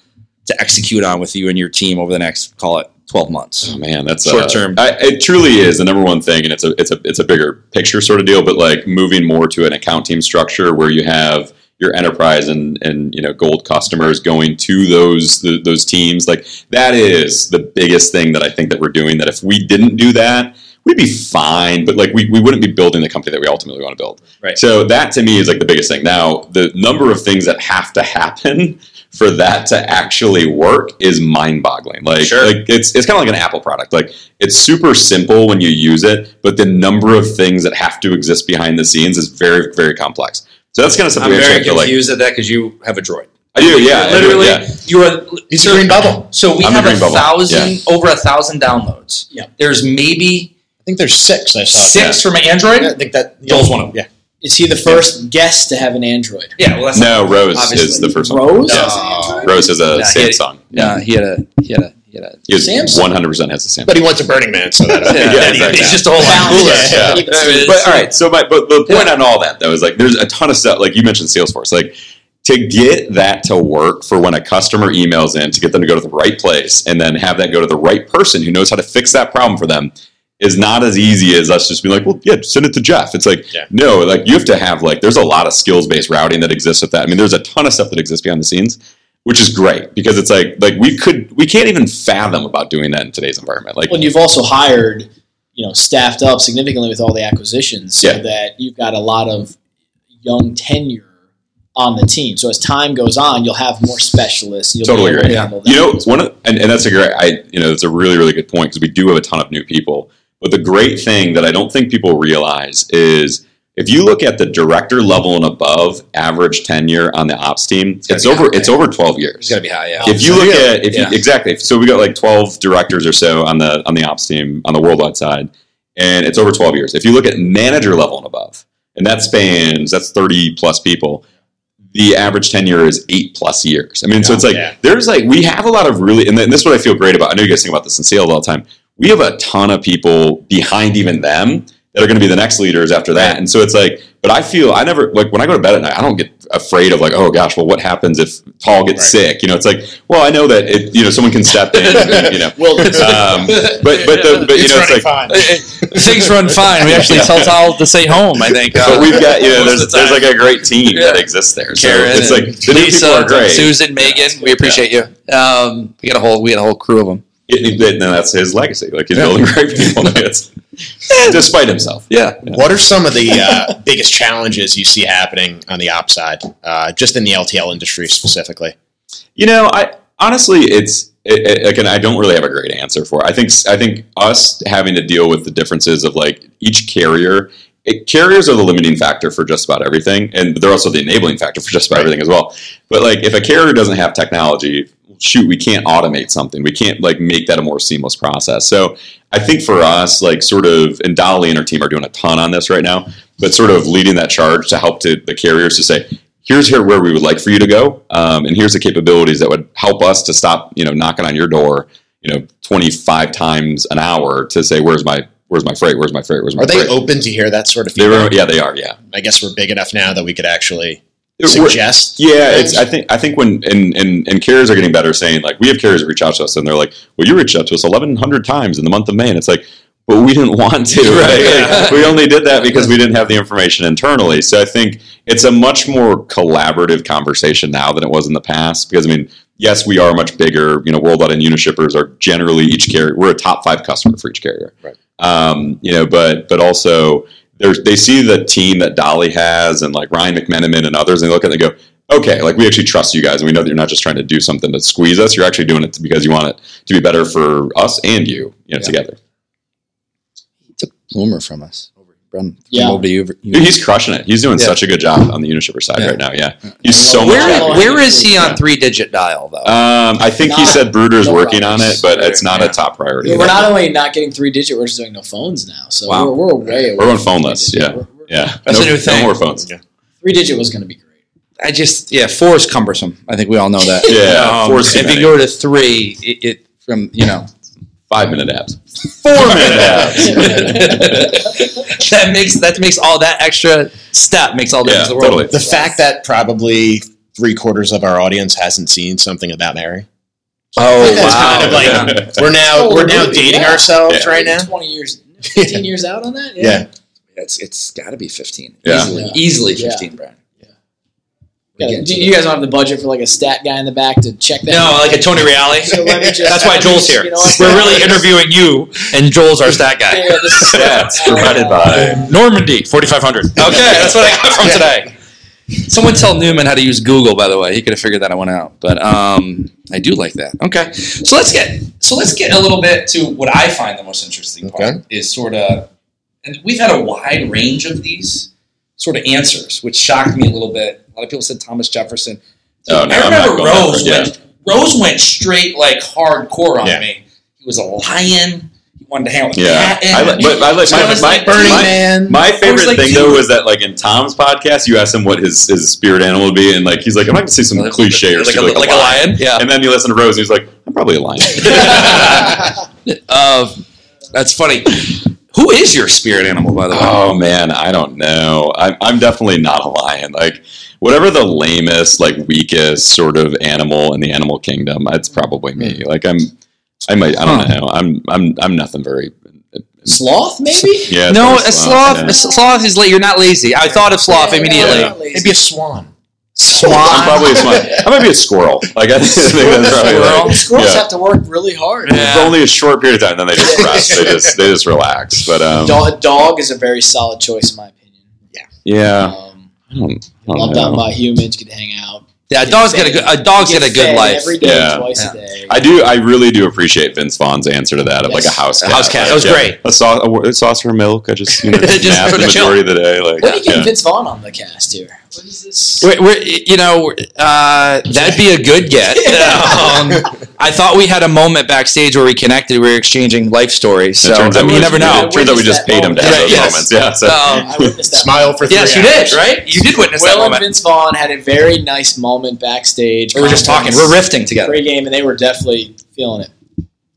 to execute on with you and your team over the next, call it, 12 months?
Oh man, that's
Short
uh,
term.
I, it truly is the number one thing, and it's a it's a it's a bigger picture sort of deal. But like moving more to an account team structure where you have your enterprise and and you know gold customers going to those th those teams, like that is the biggest thing that I think that we're doing. That if we didn't do that, we'd be fine, but like we we wouldn't be building the company that we ultimately want to build.
Right.
So that to me is like the biggest thing. Now the number of things that have to happen for that to actually work is mind-boggling. Like,
Sure.
like it's it's kind of like an Apple product. Like it's super simple when you use it, but the number of things that have to exist behind the scenes is very very complex. So that's kind of
I'm
something we
very
actually have to, like.
confused at that because you have a droid.
I do, yeah, I do,
literally,
yeah.
you are.
[laughs] He's
so-
a green bubble.
So we
I'm a
have a
green bubble.
thousand, over a thousand downloads.
Yeah.
There's maybe
I think there's six. I saw.
six from Android.
I think that
Joel's one of them.
Yeah,
[laughs] Is he the first guest to have an Android?
Yeah, well, that's
No, Rose
Obviously.
is the first one.
Rose?
Yes.
No.
Rose is a
No, he-
Samsung.
Yeah, he had a, he had a, he had a.
He is
Samsung.
100% has the Samsung.
but he wants a Burning Man, so that
[laughs] Yeah,
Yeah, exactly.
He's just a whole lot cooler.
Yeah. but all right. So my but the point on all that though is like there's a ton of stuff. Like you mentioned Salesforce, like to get that to work for when a customer emails in to get them to go to the right place and then have that go to the right person who knows how to fix that problem for them is not as easy as us just being like, well, yeah, send it to Jeff. It's like,
Yeah.
no, like you have to have like there's a lot of skills based routing that exists with that. I mean, there's a ton of stuff that exists behind the scenes, which is great because it's like like we could we can't even fathom about doing that in today's environment. Like
Well, and you've also hired, you know, staffed up significantly with all the acquisitions, so
Yeah.
that you've got a lot of young tenure on the team. So as time goes on, you'll have more specialists. And you'll
Totally
be able
agree.
to
Yeah.
handle that
you know
as well.
one of, and, and that's a great i you know it's a really really good point because we do have a ton of new people but the great thing that i don't think people realize is if you look at the director level and above average tenure on the ops team it's,
gotta be
over
high.
it's over 12 years
It's gotta be high. Yeah.
if you look at if
Yeah.
you, exactly so we got like 12 directors or so on the on the ops team on the worldwide side and it's over 12 years if you look at manager level and above and that spans that's 30 plus people the average tenure is eight plus years i mean so it's like
Yeah.
there's like we have a lot of really and then- this is what i feel great about i know you guys think about this in sales all the time we have a ton of people behind even them that are going to be the next leaders after that and so it's like but i feel i never like when i go to bed at night i don't get afraid of like oh gosh well what happens if tall gets
Right.
sick you know it's like well i know that it, you know someone can
[laughs]
step in
[laughs]
and, you know
well, it's,
um, but but the, but you know it's like
fine.
Things run fine. We actually tell Tal to stay home. I think. Uh,
but we've got you know
Most
there's,
of the
there's
time.
like a great team that
Yeah.
exists there so
Karen
it's like the new people
Lisa,
are great
Susan, Megan. We appreciate you. Um, we got a whole, we got a whole crew of them.
It- it- and that's his legacy like he's
Yeah.
building great people [laughs] It's- despite himself
Yeah.
What are some of the uh, [laughs] biggest challenges you see happening on the ops side, uh, just in the LTL industry specifically?
You know, I honestly, it's it, it, again, I don't really have a great answer for. It. I think I think us having to deal with the differences of like each carrier. It, carriers are the limiting factor for just about everything, and they're also the enabling factor for just about
Right.
everything as well. But like, if a carrier doesn't have technology, shoot, we can't automate something. We can't like make that a more seamless process. So I think for us, like sort of, and Dolly and her team are doing a ton on this right now, but sort of leading that charge to help to the carriers to say, here's here where we would like for you to go, um, and here's the capabilities that would help us to stop, you know, knocking on your door, you know, 25 times an hour to say, where's my, where's my freight, where's my freight, where's my
Are they
freight.
open to hear that sort of
They were,
feedback?
yeah, they are, yeah.
I guess we're big enough now that we could actually
We're-
suggest.
Yeah, it's. I think. I think when and, and and carriers are getting better, saying like we have carriers that reach out to us, and they're like, "Well, you reached out to us eleven hundred times in the month of May," and it's like, "But we didn't want to. Right?
yeah.
Like, we only did that because we didn't have the information internally." So I think it's a much more collaborative conversation now than it was in the past. Because I mean, yes, we are much bigger. You know, Worldwide and Unishippers are generally each carrier. We're a top five customer for each carrier.
Right.
Um, you know, but but also. There's, they see the team that Dolly has and like Ryan McMenamin and others, and they look at it and go, okay, like we actually trust you guys, and we know that you're not just trying to do something to squeeze us. You're actually doing it because you want it to be better for us and you,
Yeah.
you know, together.
He took Bloomer from us. Bren,
Yeah.
over to you.
Dude, he's crushing it. He's doing
Yeah.
such a good job on the Unishipper side
Yeah.
right now. Yeah, he's so much.
where,
happier.
where is he on three digit dial though?
Um, I think he
Not-
said Bruder's
no
working on
problems.
it, but it's not
Yeah.
a top priority.
Yeah, we're not only not getting three digit, we're just doing no phones now. So
Wow.
we're, we're way away.
We're on
from
phoneless,
three digit.
yeah.
We're- we're-
Yeah,
That's
no,
a new thing.
No more phones.
Yeah.
Three digit was going to be great.
I just yeah, four is cumbersome. I think we all know that.
[laughs] Yeah,
Um,
four's too
if
many.
you go to three, it, it from you know
Five minute apps.
four [laughs]
minute
apps. [laughs] that makes that makes all that extra step makes all the
Yeah,
difference in the world.
totally.
The fact that probably three quarters of our audience hasn't seen something about Mary.
Oh
That's
wow!
kind of like-
yeah.
We're now
Oh,
we're now
really?
dating
Yeah.
ourselves
Yeah.
right now.
Twenty years,
[laughs]
fifteen years out on that.
Yeah.
It's it's got to be fifteen.
Yeah.
Easily,
Yeah.
easily
Yeah.
fifteen, Brian.
Yeah,
Again,
do
to
you guys don't have the budget for like a stat guy in the back to check that?
No, like a Tony Reale.
[laughs] So let me just-
That's why Joel's here.
[laughs] You know what?
We're really interviewing you, and Joel's our stat guy.
[laughs] Yeah, this is-
Stats provided
[laughs]
by.
Normandy, 4,500. Okay, that's what I got from today. Someone tell Newman how to use Google, by the way. He could have figured that one out. But um, I do like that. Okay, so let's get so let's get a little bit to what I find the most interesting part
Okay.
is sort of, and we've had a wide range of these sort of answers, which shocked me a little bit. A lot of people said Thomas Jefferson. I
Oh, no, I'm not
remember
going that
Rose
far, yeah.
went Rose went straight like hardcore on
Yeah.
me. He was a lion. He wanted to hang out with
Yeah,
Patton.
I li- but I like
So I
my,
was
my,
like, Burning
my-
Man.
My favorite
like,
thing
dude.
though was that like in Tom's podcast, you asked him what his, his spirit animal would be, and like he's like, I'm not gonna say some
Like-
cliche or
like,
something
a, like a lion. Yeah.
And then you listen to Rose, and he's like, I'm probably
[laughs]
a lion.
Uh, that's funny. Who is your spirit animal, by the way?
oh man, I don't know. I'm I'm definitely not a lion. Like whatever the lamest, like weakest sort of animal in the animal kingdom, it's probably
Hmm.
me. Like I'm, I might, I don't know. I'm I'm I'm nothing very.
sloth, maybe.
Yeah,
no,
very
a sloth.
yeah.
A sloth is like you're not lazy. I thought of sloth
Yeah,
immediately.
yeah, yeah.
Maybe a swan.
Swan.
I'm probably a swan. I might be a squirrel. Like I think that's probably
Squirrel.
like,
Squirrels
Yeah.
have to work really hard.
Yeah.
It's only a short period of time, then they just rest. they just they just relax. But um,
Dog, dog is a very solid choice in my opinion.
yeah, Oh,
Um,
I don't, I don't
loved on
know.
by humans, you could hang out.
yeah, a dog's got a good. A dog's got a
Get
good
fed
life.
Every day,
Yeah.
twice
Yeah.
a day.
I do. I really do appreciate Vince Vaughn's answer to that of like a
Yes.
house
A
cat.
house cat.
Like,
That was
yeah,
great.
A, sau- a, wa- a saucer of milk. I just you
[laughs]
know
Just
just nap the
chill.
majority of the day. Like
What are you getting
yeah.
Vince Vaughn on the cast here? What is this?
We're, we're- you know, uh, that'd be a good
[laughs]
get. Um, I thought we had a moment backstage where we connected. We were exchanging life stories.
It
So
turns out
I mean,
we
you
just-
never
yeah,
know.
It turns out we just paid him to have
Right,
those
yes.
moments. Yeah. So.
Um,
I witnessed that.
Smile for three
Yes, you
hours.
did, right? You did witness that
Will and
moment.
Vince Vaughn had a very nice moment backstage.
We were just talking. We're riffing together.
Pre-game, and they were definitely feeling it.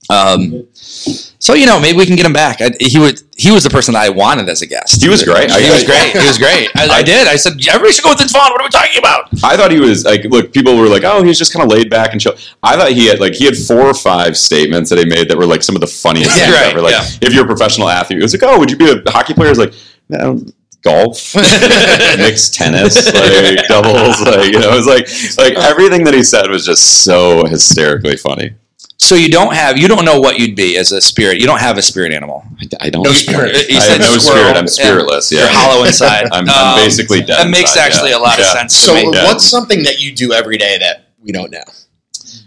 Um, so you know, maybe we can get him back. I, he would. He was the person that I wanted as a guest.
He was great. I-
he
[laughs]
was
I-
great. He was great. I, I did. I said everybody should go with Vince Vaughn. What are we talking about?
I thought he was like, look, people were like, oh, he's just kind of laid back and chill. I thought he had like he had four or five statements that he made that were like some of the funniest
Yeah,
things
right,
ever. Like,
yeah.
if you're a professional athlete, it was like, oh, would you be a hockey player? It's like, no,
[laughs]
golf, mixed tennis, like doubles, like you know, it was like like
Oh.
everything that he said was just so hysterically funny.
So you don't have. You don't know what you'd be as a spirit. You don't have a spirit animal.
I, I don't.
No
You
spirit.
I
said
have no
squirrel.
spirit. I'm
Yeah.
spiritless. Yeah,
You're hollow inside.
[laughs] I'm,
Um,
I'm basically dead.
That makes
inside,
actually
yeah.
a lot of
Yeah.
sense.
So,
to me.
Yeah.
what's something that you do every day that we don't know?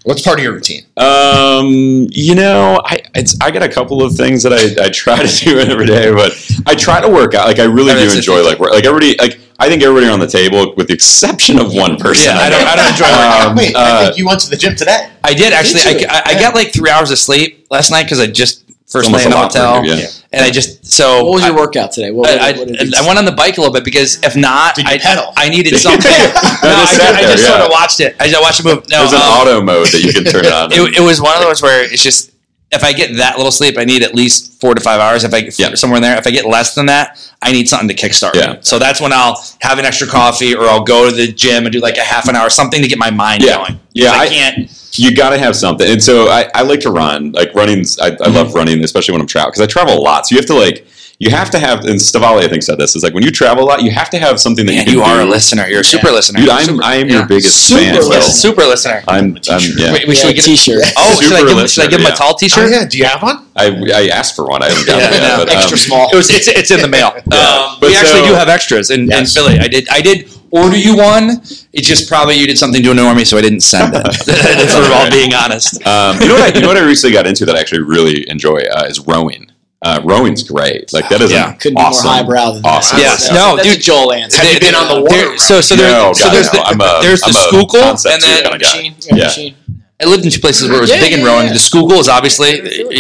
What's part of your routine?
Um, you know, I it's I got a couple of things that I, I try [laughs] to do every day, but I try to work out. Like I really
I mean,
do
it's a
enjoy
thing.
like work, like everybody like I think everybody on the table, with the exception of one person.
Yeah, I don't- I don't enjoy
Um,
Wait, I
uh,
think you went to the gym today.
I did actually.
Did you?
I, I, I got like three hours of sleep last night because I just first
almost
night in
a
a
lot for
hotel,
you, yeah.
Yeah.
and I just so
What was
Oh, I-
your workout today? What,
I, I,
what did it
I went on the bike a little bit because if not,
Did you
I,
pedal?
I
[laughs]
needed something.
No,
I
just
ju-
sat
I
there,
just
yeah.
sort of watched it. I just watched a move. No,
There's an
um,
auto mode that you can turn on.
it, it was one of those where it's just if I get that little sleep, I need at least four to five hours. If I
Yeah.
somewhere in there, if I get less than that, I need something to kickstart. me.
Yeah.
So that's when I'll have an extra coffee or I'll go to the gym and do like a half an hour something to get my mind
Yeah.
going.
yeah,
I,
I,
can't.
you got to have something. And so I, I like to run. Like running's, I,
Mm-hmm.
I love running, especially when I'm traveling because I travel a lot. So you have to like, you have to have. And Stavali, I think, said this is like when you travel a lot, you have to have something that
Man,
you,
you
can
are a
do.
listener. You're a super listener.
Dude, I'm
super,
I am
yeah.
your biggest
Super
fan. Phil.
Yeah,
listener.
super listener.
I'm, I'm yeah.
Wait, wait, should
yeah,
we get? [laughs]
t-shirt.
Oh, should I,
Super
give, him- should I
listener,
give him
yeah.
a tall T-shirt?
Oh, yeah. Do you have one?
I, I asked for one. I haven't gotten
Yeah,
it yet.
no.
But, um,
Extra small.
It was it's, it's in the mail.
Yeah.
Um,
But
we actually
so-
do have extras in,
Yes.
in Philly. I did I did order you one. It's just probably you did something to annoy me, so I didn't send it. if we're all being honest.
um, you know what? I, you know what I recently got into that I actually really enjoy uh, is rowing. uh, rowing's great. Like that is
Yeah.
an
Couldn't
awesome.
be more highbrow than
awesome.
that.
Yeah.
That's-
No,
that's
dude.
a Joel answer.
Have you been on the water?
There- so so, there,
No,
so
God,
there's
no.
the,
I'm a-
there's the
I'm a
Schuylkill,
concept
and then
kind of guy.
Machine, you're a
Yeah.
machine.
I lived in two places where it was
Yeah,
big in
yeah,
rowing.
yeah.
The Schuylkill is obviously,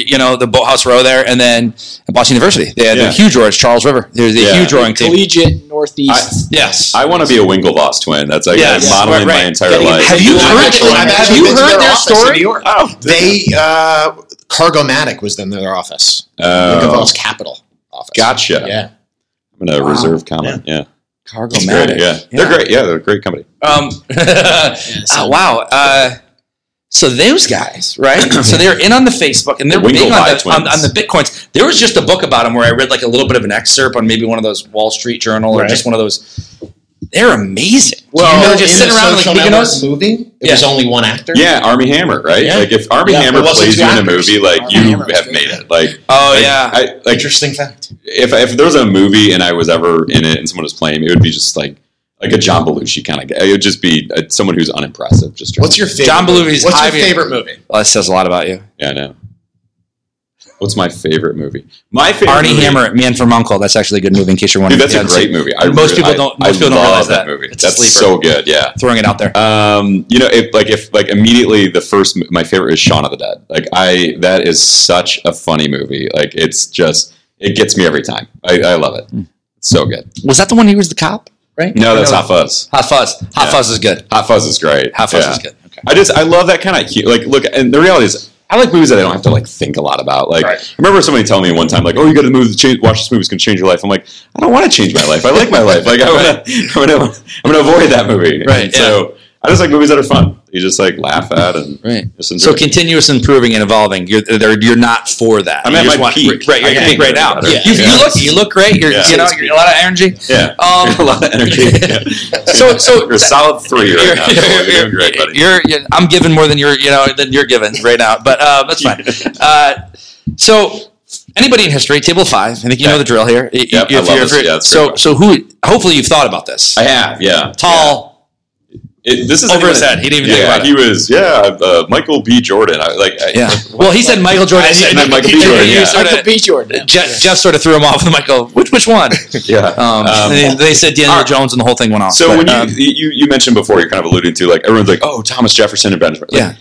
you know, the Boathouse Row there, and then Boston University. They had
Yeah.
the huge rowers, Charles River. There's the
Yeah.
huge rowing team.
Collegiate Northeast.
Yes.
I want to be a Winklevoss twin. That's like
Yes.
I'm modeling
Right, right.
my entire
Getting-
life.
Have you
I've
heard?
actually- I've
have
actually
you
been to
heard
their
their
office in New
story?
York. They uh, Cargomatic was then their office.
Oh,
Winklevoss Capital office.
gotcha.
Yeah.
I'm gonna
Wow.
reserve comment. Yeah,
Cargo
It's great. Yeah. they're great. Yeah, they're a great company.
Um, [laughs]
Yeah, so-
oh, wow. Uh, so those guys,
[clears throat]
right? so they're in on the Facebook and they're
The
big on
Wingleby
the, on,
twins.
on the Bitcoins. There was just a book about them where I read like a little bit of an excerpt on maybe one of those Wall Street Journal or
Right.
just one of those. They're amazing.
Well,
you know, just
in
sitting
the
around like
Social
picking
Network
us.
movie. It was only one actor.
Yeah, Army Hammer, right?
Yeah.
Like if Army
Yeah,
Hammer
it wasn't
plays
two
you in a
actors.
movie, like
Armie
you
Hammer was
have
great.
made it. Like
Oh
like,
yeah.
I, like
Interesting fact.
if if there was a movie and I was ever in it and someone was playing, it would be just like like a John Belushi kind of guy. It would just be uh someone who's unimpressive. Just trying-
What's your favorite?
John
movie?
Belushi's
What's
high
your
view.
favorite movie?
well, that says a lot about you.
yeah, I know. What's my favorite movie? My favorite
Arnie
movie-
Hammer, Man from Uncle. That's actually a good movie in case you're wondering.
Dude, that's
Yeah,
a
it's
great movie. I
most
re-
people
I-
don't-
I
most people don't
love
realize that.
movie.
It's a
That's
sleeper.
so good. Yeah.
Throwing it out there.
Um, you know, if like if like immediately the first my favorite is Shaun of the Dead. Like I that is such a funny movie. Like it's just it gets me every time. I, I love it.
Mm.
It's so good.
Was that the one he was the cop? Right?
No, that's
Or
Hot Fuzz.
Hot Fuzz. Hot
Yeah.
Fuzz is good.
Hot Fuzz is great.
Hot Fuzz
Yeah.
is good. Okay.
I just I love that kind of hu Like look, and the reality is. I like movies that I don't have to like think a lot about. Like,
Right.
I remember somebody telling me one time, like, "Oh, you got to move, change, watch this movie; it's going to change your life." I'm like, I don't want to change my life. I like my life. Like, I want to, I'm going to, I'm going to avoid that movie.
Right,
And So I just like movies that are fun. You just like laugh at and
Right.
just enjoy.
So
it.
continuous improving and evolving. You're they're- you're not for that.
I'm
You
at
just
my
want-
peak.
Right, you're
I
at
can't
peak right
get
now.
better.
You, you
Yeah.
look you look great. You're
Yeah.
you know you're a lot of energy.
Yeah. a
Um,
lot of energy. Yeah.
[laughs] so so
You're a solid three right now. [laughs] You're, doing great, buddy.
you're- you're- I'm giving more than you're you know than you're giving right now, but uh, that's
[laughs]
fine. Uh, so anybody in history, table five. I think you
Yeah.
know the drill here. If
Yep, I
you're-
love
if
this.
you're-
Yeah, it's
so
great.
so who? Hopefully you've thought about this.
I have, yeah.
Tall.
It- this is
Over his head. He didn't even think
yeah,
about it.
he was, yeah, uh, Michael B. Jordan. I, like, I,
Yeah. Well, he said Michael Jordan.
I said
and-
Michael
and-
B.
and
Jordan,
you
yeah.
sorta-
[laughs]
Michael B. Jordan.
Jeff, Jeff sort of threw him off with Michael. Which which one?
yeah.
Um,
Um,
and they, they said Daniel
all right.
Jones, and the whole thing went off.
So
But,
when you,
um,
you you mentioned before, you're kind of alluding to like everyone's like, oh, Thomas Jefferson and Benjamin. Like,
yeah,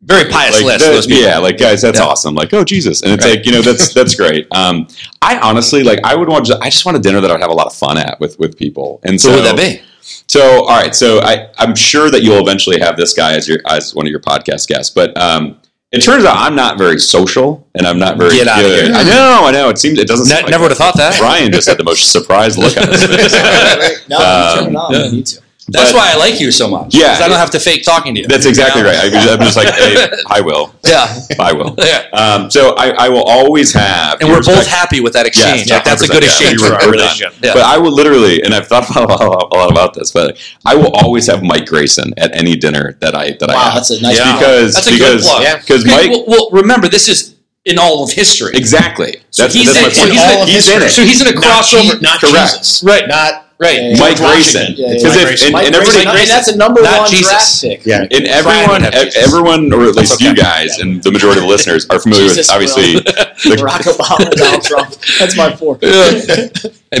very pious
like,
list.
that-
those people.
yeah, like guys, that's
Yeah.
awesome. Like, oh Jesus, and it's
Right.
like you
[laughs]
know that's that's great. Um, I honestly like I would want just, I just want a dinner that I would have a lot of fun at with with people. And
So
so
who would that be?
So, all right. So, I, I'm sure that you'll eventually have this guy as your as one of your podcast guests. But um, it turns out I'm not very social, and I'm not very
Get outta
good.
here.
I know, I know. It seems it doesn't.
Ne-
seem like
never would have thought that.
Brian just had the most surprised look on his
[laughs]
face. [laughs]
No,
Um,
Uh,
you turn it on.
yeah.
You need to.
That's
But-
why I like you so much.
Yeah.
'cause I don't have to fake talking to you.
That's exactly
You know?
right. I, am just like,
[laughs]
hey, I will,
Yeah,
I will.
yeah.
Um, so I, I will always have,
And we're
respect-
both happy with that exchange.
Yeah,
like, that's a
100%,
good
yeah.
exchange
We
for
were-
our
we're
relationship. Yeah.
But I will literally, and I've thought [laughs] about a lot, a lot about this, but I will always have Mike Grayson at any dinner that I that I
Wow,
have.
that's a nice.
Yeah.
because
That's a good
because
plug.
Yeah.
because
Okay,
Mike
well, well, remember this is in all of history.
Exactly.
So
that's
he's
that's my
in- so
point.
he's
in all of
he's in
history.
it.
So he's in a
Not,
crossover.
Je- not
Correct.
Jesus.
Right.
Not
right.
Yeah, yeah.
Mike
George
Grayson.
Washington.
Yeah, yeah,
Because
yeah.
if- and,
Mike
and
Grayson,
everybody,
I mean, that's a number
Not
one
Jesus.
draft pick.
Yeah.
and
Brian would
everyone,
have
ev-
Jesus.
everyone, or at least
okay.
you guys and the majority of the listeners are familiar
Jesus
with obviously.
will. [laughs] Barack
the,
Obama, Donald Trump. That's my four.
Yeah. [laughs]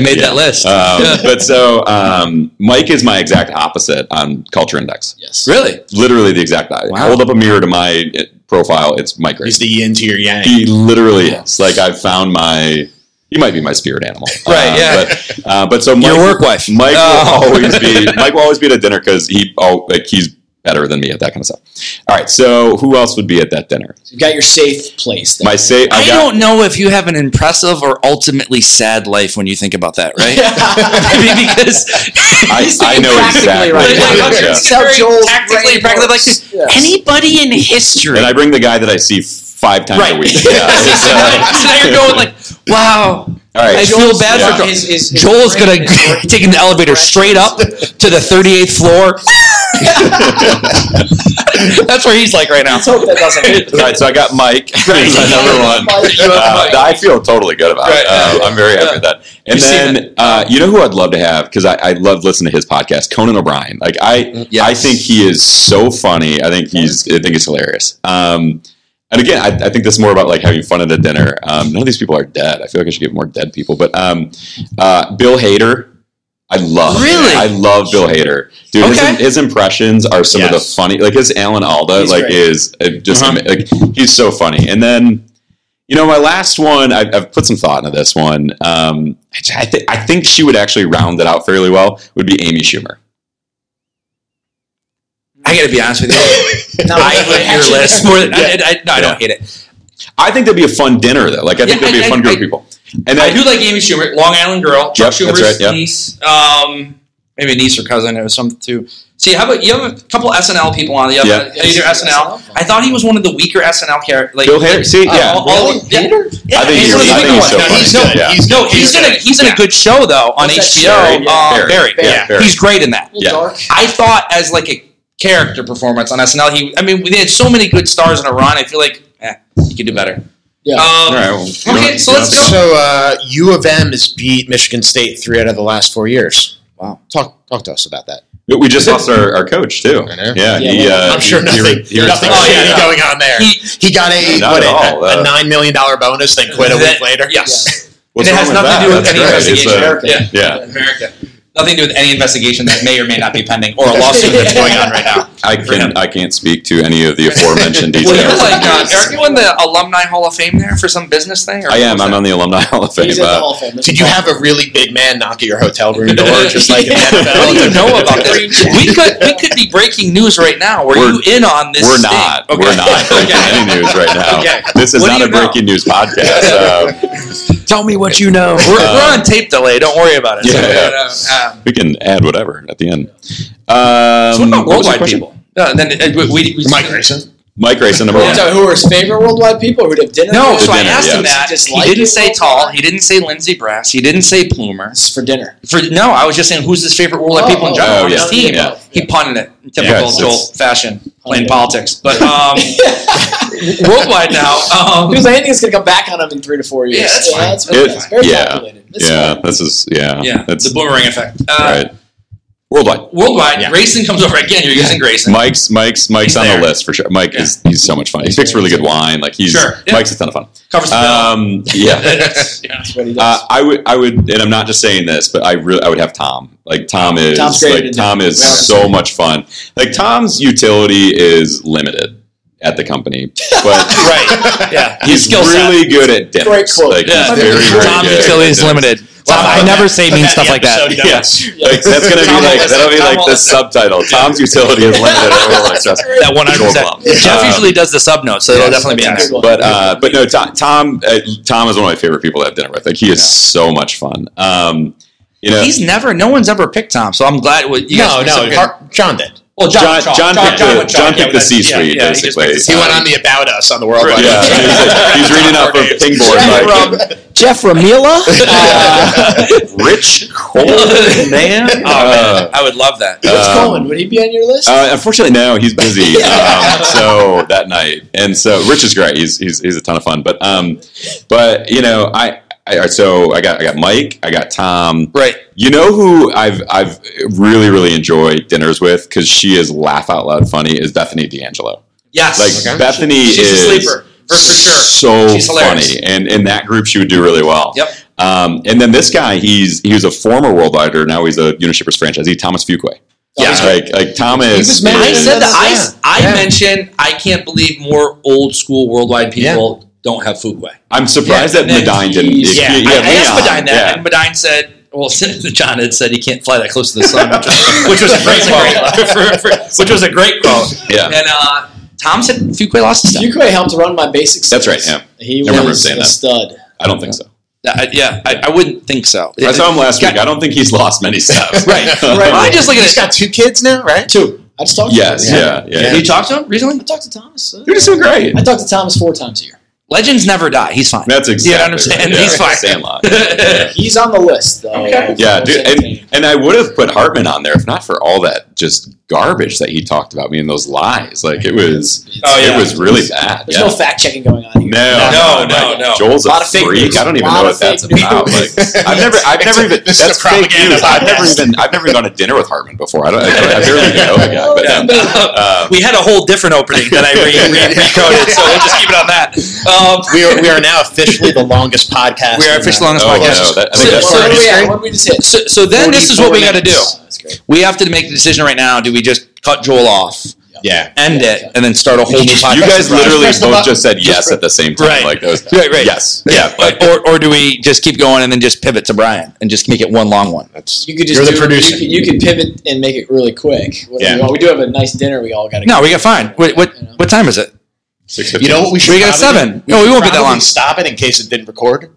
I made
Yeah.
that list. [laughs]
um,
Yeah.
but so um, Mike is my exact opposite on Culture Index.
Yes.
Really?
Literally the exact.
Wow.
Hold up a mirror to my uh, profile. It's Mike
He's
Grayson.
the yin to your yang.
He literally is. Like I've found my. He might be my spirit animal.
Right,
Uh,
yeah.
But, uh, but so Mike,
Your work wife.
Mike
Oh.
will always be Mike will always be at a dinner because he oh, like he's better than me at that kind of stuff. All right, so who else would be at that dinner?
You got your safe place. There.
My say I,
I
got
don't know if you have an impressive or ultimately sad life when you think about that,
[laughs]
right? [laughs] I mean, because [laughs]
I, I know
Practically
exactly.
right
Like,
now.
like,
Yeah.
it's
Tell
very
Joel's
tactically,
brain
practically, like
works. Yes.
anybody in history.
And I bring the guy that I see five times
right.
a
[laughs]
week.
so,
Yeah, it's,
[laughs]
uh,
now you're going like, wow,
all
I
right.
feel bad for Joel.
His- his- his
Joel's
brain
gonna
is
[laughs]
working.
taking the elevator straight up to the 38th floor. [laughs]
[laughs]
That's where he's like right now.
Let's hope that doesn't happen.
All right, so I got
[laughs]
Mike. He's my number one.
Mike.
Uh, I feel totally good about
Right.
it. Uh, I'm very happy
Yeah.
with that. And
You've seen
then uh, you know who I'd love to have because I, I love listening to his podcast, Conan O'Brien. Like I,
Yes.
I think he is so funny. I think he's, I think he's hilarious. Um, and again, I, I think this is more about like having fun at a dinner. Um, none of these people are dead. I feel like I should get more dead people. But um, uh, Bill Hader, I love.
Really?
I love Bill Hader, dude.
Okay.
His, his impressions are some of the
Yes.
funny. Like his Alan Alda,
He's
like
great.
is uh, just
Uh-huh.
ama- like he's so funny. And then, you know, my last one, I, I've put some thought into this one. Um, I, I, thi- I think she would actually round it out fairly well. Would be Amy Schumer.
I got to be honest with you.
[laughs]
No,
I hate your
actually- [laughs]
list more than I, I, I, no, I don't hate it.
I think that'd be a fun dinner though. Like I think
Yeah,
that'd be
I-
a fun
I-
group
I-
of people. And
I
I,
do like Amy Schumer, Long Island girl, Chuck
Yep, that's
Schumer's
right, yep.
niece, um, maybe niece or cousin. It was something too. See, how about you have a couple SNL people on the other
Yeah.
either SNL. I thought he was one of the weaker SNL characters. Like,
Bill Hader. See,
uh,
yeah,
all- all-
Really?
yeah,
Peter?
yeah,
I think
he's
he's-
one of the
I think
weaker
he's so
ones.
funny.
He's no,
good. Yeah.
He's,
no, he's in a he's in a good show though on
What's that
HBO.
show?
uh, Barry.
Yeah,
yeah.
Barry.
he's great in that.
A little
Yeah.
dark.
I thought as like a character performance on SNL. He, I mean, they had so many good stars in a run. I feel like eh, he could do better.
Yeah.
Um,
All right, well, you
okay,
know-
so let's go.
So uh, U of M has beat Michigan State three out of the last four years.
Wow.
Talk talk to us about that.
We just lost our, our coach too.
I know.
Yeah,
Yeah,
he,
well,
uh,
I'm sure
he- he
nothing,
re- he
nothing
retired.
oh, yeah,
shady
yeah.
going on there.
He-
He got a
Not
what,
at
a-
all,
a,
uh,
nine million dollar bonus, then quit a
That-
week later.
Yes.
[laughs]
What's
and it has
wrong with
nothing to do with
that? That's
any
right. It's
investigation.
a-
America.
Yeah.
yeah,
America. Nothing to do with any investigation that may or may not be pending or a lawsuit that's going on right now.
I can I can't speak to any
[laughs]
of the aforementioned
Well,
details.
you're like, uh,
Yes.
Eric, you in the Alumni Hall of Fame there for some business thing? Or
I am.
what
I'm
was
on the alumni hall of fame.
He's at the
uh,
Hall of Fame.
Did you have a really big man knock at your hotel room door,
[laughs]
just like in the
Yeah.
NFL?
What do you know about this?
[laughs]
that? We could we could be breaking news right now. Were you in on this?
we're
sting?
not.
Okay.
We're not breaking
[laughs] Okay.
any news right now.
Okay.
This is
What do
not
you
a breaking news podcast. Um,
Tell me what you know. We're, we're on tape delay. Don't worry about it.
Uh, Yeah,
so,
yeah.
uh, um,
we can add whatever at the end. Um,
so what about
what was your
worldwide
question?
people? No, and then uh, we, we, we
Mike Grayson.
Mike
[laughs]
Grayson, number
Yeah.
one.
So who are his favorite worldwide people? Who'd have dinner?
No,
with?
so I
dinner,
asked him
yes.
that.
Just
He
like
didn't
it.
say tall. He didn't say Lindsey Brass. He didn't say Plumer.
This is for
[laughs]
dinner. [laughs]
For no, I was just saying who's his favorite worldwide
Oh,
people in general
oh,
on
yeah,
his team.
yeah.
He punted it, in typical
Yes,
Joel
it's-
fashion, playing
Punted.
politics. But
[laughs]
um, worldwide now, um,
Because I think it's going to come back on him in three to four years.
Yeah, that's fine.
that's,
It-
that's very
yeah.
calculated. That's
yeah,
fine.
this is yeah.
yeah,
that's
the boomerang effect. Uh,
right. Worldwide.
Worldwide,
Yeah.
Grayson comes over again. You're using Grayson.
Mike's Mike's Mike's
He's
on
there.
the list for sure. Mike
Yeah.
is he's so much fun. He picks really good wine. Like he's
Sure, yeah.
Mike's a ton of fun.
Covers the bill.
Um,
[laughs]
yeah.
yeah.
That's what he does.
Uh, I would, I would, and I'm not just saying this, but I really, I would have Tom. Like Tom is,
Tom's great
like
at
Tom is
Yeah.
so much fun. Like Tom's utility is limited at the company,
[laughs]
but
right. Yeah.
he's
Skill set.
really good at dinners.
Great quote.
Like, he's
Yeah.
very, very
Tom
good at
utility is
dinners.
limited.
Wow,
Tom, I
that-
never say mean
that
stuff like that.
episode notes.
Yeah.
Like that's gonna
Tom
be like
will
that'll be
listen. Tom
like
will
the
listen.
subtitle. Tom's utility is limited. I don't wanna stress.
That one hundred percent.
Joel Blum.
Jeff
Um,
usually does the sub note, so it'll
Yes,
definitely be in
that's
there.
a good one.
But uh, but no, Tom Tom, uh, Tom is one of my favorite people to have dinner with. Like he is so much fun. Um, you know,
He's never. No one's ever picked Tom, so I'm glad. what- You
No,
guys
no, Har- John did.
Well,
John, John, picked
John
the,
with
John picked the
yeah,
C suite
yeah, he just
basically.
He went on the About Us on the World
Yeah,
Wide Web. [laughs]
he's, like- he's reading off of Pingboard like
Jeff Ramila. uh,
[laughs] Rich Cole.
man. [laughs] Oh, man. I would love that.
Rich
Um,
Coleman, would he be on your list?
Uh, unfortunately, no,
[laughs]
he's busy. Um, so that night, and so Rich is great. He's he's, he's a ton of fun. But um, but you know, I, I so I got I got Mike, I got Tom.
Right.
You know who I've I've really really enjoyed dinners with because she is laugh out loud funny is Bethany D'Angelo.
Yes.
Like
Okay.
Bethany
She's
is
a sleeper for, for sure.
so
She's hilarious.
funny, and in that group she would do really well.
Yep.
Um, and then this guy, he's he was a former world leader. Now he's a Unishippers franchisee, Thomas Fuquay.
Yeah.
like like Thomas.
He was married
I
Yeah.
said that. I,
Yeah.
s- I mentioned I can't believe more old school worldwide people don't have Fuquay.
I'm surprised
Yeah,
that Medine didn't.
he's-
Yeah,
yeah,
I, I asked
Leon,
Medine that,
yeah.
and Medine said, "Well, [laughs] John had said he can't fly that close to the sun," [laughs] which was, which was a
[laughs]
great quote. for- for- which was a great quote.
Yeah.
[laughs] And uh, Tom said Fuquay lost his
Fuquay helped run my basics.
That's right, yeah. I
He
remember him
was
saying
a
that.
stud.
I don't think so.
I, Uh, yeah, I, I wouldn't think so.
I saw him last week. I don't think he's lost many
[laughs]
steps. [laughs]
Right,
right.
I just look at
He's
it.
got two kids now, right?
Two. I just talked
Yes.
to him.
Yeah. Yeah.
Did you talk to him
I
recently?
talked to Thomas. uh,
You're just doing great.
I talked to Thomas four times a year.
Legends never die. He's [laughs] fine.
That's exactly.
Yeah, I understand.
right.
He's fine.
Sandlot.
yeah,
He's on the list, though.
Okay.
Yeah, dude, and I would have put Hartman on there if not for all that that just garbage that he talked about me and those lies. Like it was,
Oh, yeah.
it was really bad.
There's
yeah.
no fact checking going on here.
No,
[laughs] No, no, no.
Joel's a,
A lot of fake
freak.
news.
I don't even
Lot
know what
of fake
that's about. Like,
news.
I've never, I've
It's
never
a-
even.
this is
that's
a
fake
propaganda
news. I've never
podcast.
even, I've never gone to dinner with Hartman before. I don't, I, I barely even know the guy. But
Yeah.
then,
uh,
um,
We had a whole different opening that I re-
[laughs]
re- recoded, so we'll just keep it on that. Um,
we, are, we are now officially the longest podcast.
we are
in
officially
the-
on this podcast.
oh, no, that, I
So-
think that's
So what, do we
Sorry.
at? what did we just hit?
So, so then this is what we got to do.
That's great.
We have to make the decision right now. Do we just cut Joel off,
Yeah.
end it, and then start a whole new podcast?
um, you guys literally
press the
both
button.
just said yes at the same time.
Right.
Like that was
Right, right.
Yes.
Yeah.
Yeah. Like,
or, or do we just keep going and then just pivot to Brian and just make it one long one?
That's
You could just
You're the
do-
producer.
You could, you could pivot and make it really quick. What do
Yeah.
we, want? we do have a nice dinner. We all got to.
No, we got fine. What what
You know?
what time is it?
six
you know what we should.
We got
probably-
seven. No, we
should
won't be that
probably
long.
Stop it in case it didn't record.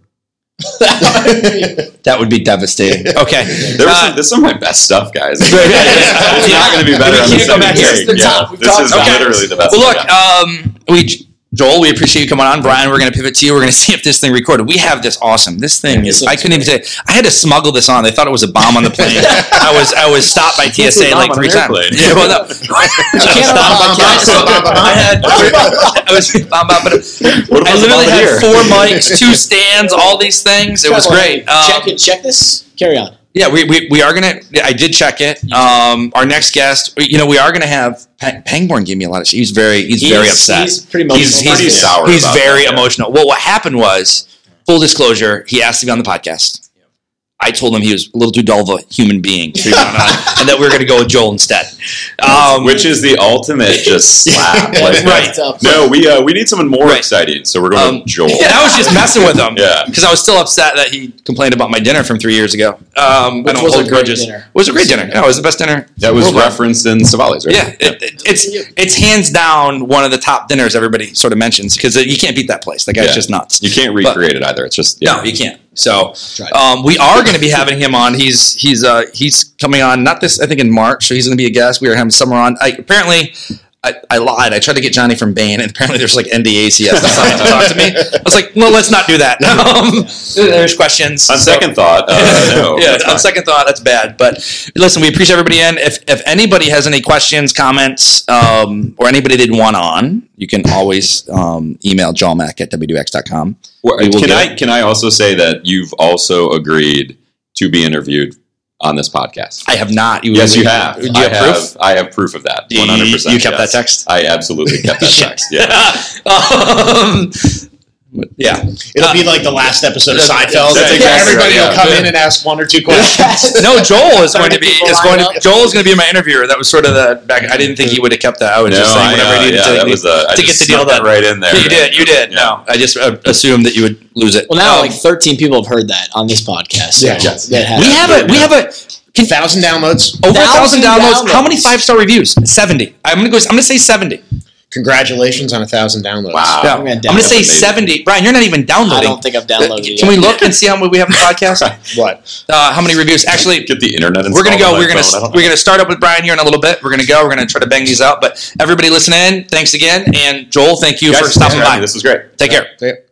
That would be devastating. Okay.
There was
Uh,
some, [laughs] this is some of my best
[laughs]
stuff, guys. it's
yeah.
not going to be better
We
on the
can't go back
second
here.
take.
This is the
Yeah,
top. We've
this
talked
is
about
literally
it.
the best.
Well, look,
yeah.
um, we Joel, we appreciate you coming on. Brian, we're going to pivot to you. We're going to [laughs] see if this thing recorded. We have this awesome. This thing
Yeah,
is.
this
I
looks
couldn't even say. I had to smuggle this on. They thought it was a bomb on the plane. I was I was stopped by
Can't
TSA
say
like
bomb on
three
an
times.
airplane.
Yeah, well, no. [laughs] I
Bomb, bomb, bomb, bomb.
had- I was bomb, bomb, bomb.
what about
I
the
literally
bombardier?
had four mics, two stands, all these things. It was
Come on,
great. Um,
check it. Check this. Carry on.
yeah, we, we, we are gonna. I did check it. Um, our next guest, you know, we are gonna have Pang- Pangborn. Gave me a lot of. Shit. He's very he's, very upset.
He's pretty much.
he's he's,
Pretty sour
he's
about
very
that, yeah.
emotional. Well, what happened was full disclosure. He asked to be on the podcast. I told him he was a little too dull of a human being, to be on, uh,
[laughs]
and that we were going to go with Joel instead. Um,
which is the ultimate just slap.
Yeah,
Like,
[laughs]
[laughs]
that's
Right.
tough.
No, we uh, we need someone more
Right.
exciting, so we're going
Um,
to Joel.
and I was just messing with him
Yeah.
because I was still upset that he complained about my dinner from three years ago. Um, I
Which
don't
was a
hold
great
grudges.
dinner.
It was a great dinner. Yeah, it was the best dinner.
That was
Worldwide.
referenced in Savali's, right?
Yeah, it, it, it's it's hands down one of the top dinners everybody sort of mentions because you can't beat that place. The guy's
Yeah.
just nuts.
you can't
But-
recreate it either. It's just yeah.
No, you can't. So
Tried.
um, we are going to be having him on. He's he's uh, he's coming on not this I think in March. So he's going to be a guest. We are having summer on. I, apparently, I, I lied. I tried to get Johnny from Bain, and apparently there's like NDAs he has to sign to talk to
[laughs]
me. I was like, well, let's not do that. [laughs] Um, there's questions.
On
So-
second thought,
[laughs]
uh, no.
yeah,
that's
on
fine.
second thought, that's bad. But listen, we appreciate everybody in. If if anybody has any questions, comments, um, or anybody didn't want on, you can always um, email jawmac at wdx.com.
Well,
We will
can
do
I can I also say that you've also agreed to be interviewed on this podcast?
I have not. You,
yes, you have.
Do you
I
have, proof?
I have proof of that.
You-
One hundred percent.
you kept that text?
I absolutely
[laughs]
kept that text. Yeah.
[laughs]
um, yeah.
It'll be like the last episode of
That's-
Seinfeld.
that's exactly
Yeah, everybody
right,
will
yeah.
come in and ask one or two
[laughs]
questions. [laughs]
No, Joel is going to be
people
is
line
going to,
up.
Joel is going to be my interviewer. That was sort of the back. I didn't think he would have kept that. I was
No,
just saying
I,
whatever
uh,
he needed
yeah,
to,
that was a, I
to get
just
the deal
snuck that
done.
right in there.
Yeah, you did. You did.
Yeah.
No, I just uh, assumed that you would lose it.
Well, now
Um,
like 13 people have heard that on this podcast. So
Yeah.
that has-
we have a we have a
Thousand downloads.
Over a thousand
Thousand
downloads. How
downloads.
many five star reviews? Seventy. I'm gonna go. I'm gonna say seventy.
Congratulations on a thousand downloads.
Wow.
Yeah.
I'm
I'm
gonna
gonna,
download
say
it, baby.
seventy. Brian, you're not even
I
downloading.
don't think I've downloaded it.
Can
yet.
we look and see how many we
[laughs]
have in the podcast?
What?
Uh, how many reviews? Actually,
Get the internet.
we're gonna
installed
go.
on my
We're gonna
phone. I don't know.
we're gonna start up with Brian here in a little bit. We're gonna go. We're gonna try to bang these out. But everybody, listen in. Thanks again, and Joel, thank you
Guys,
for stopping
thanks
by.
having me. This was great.
Take care.
Yep.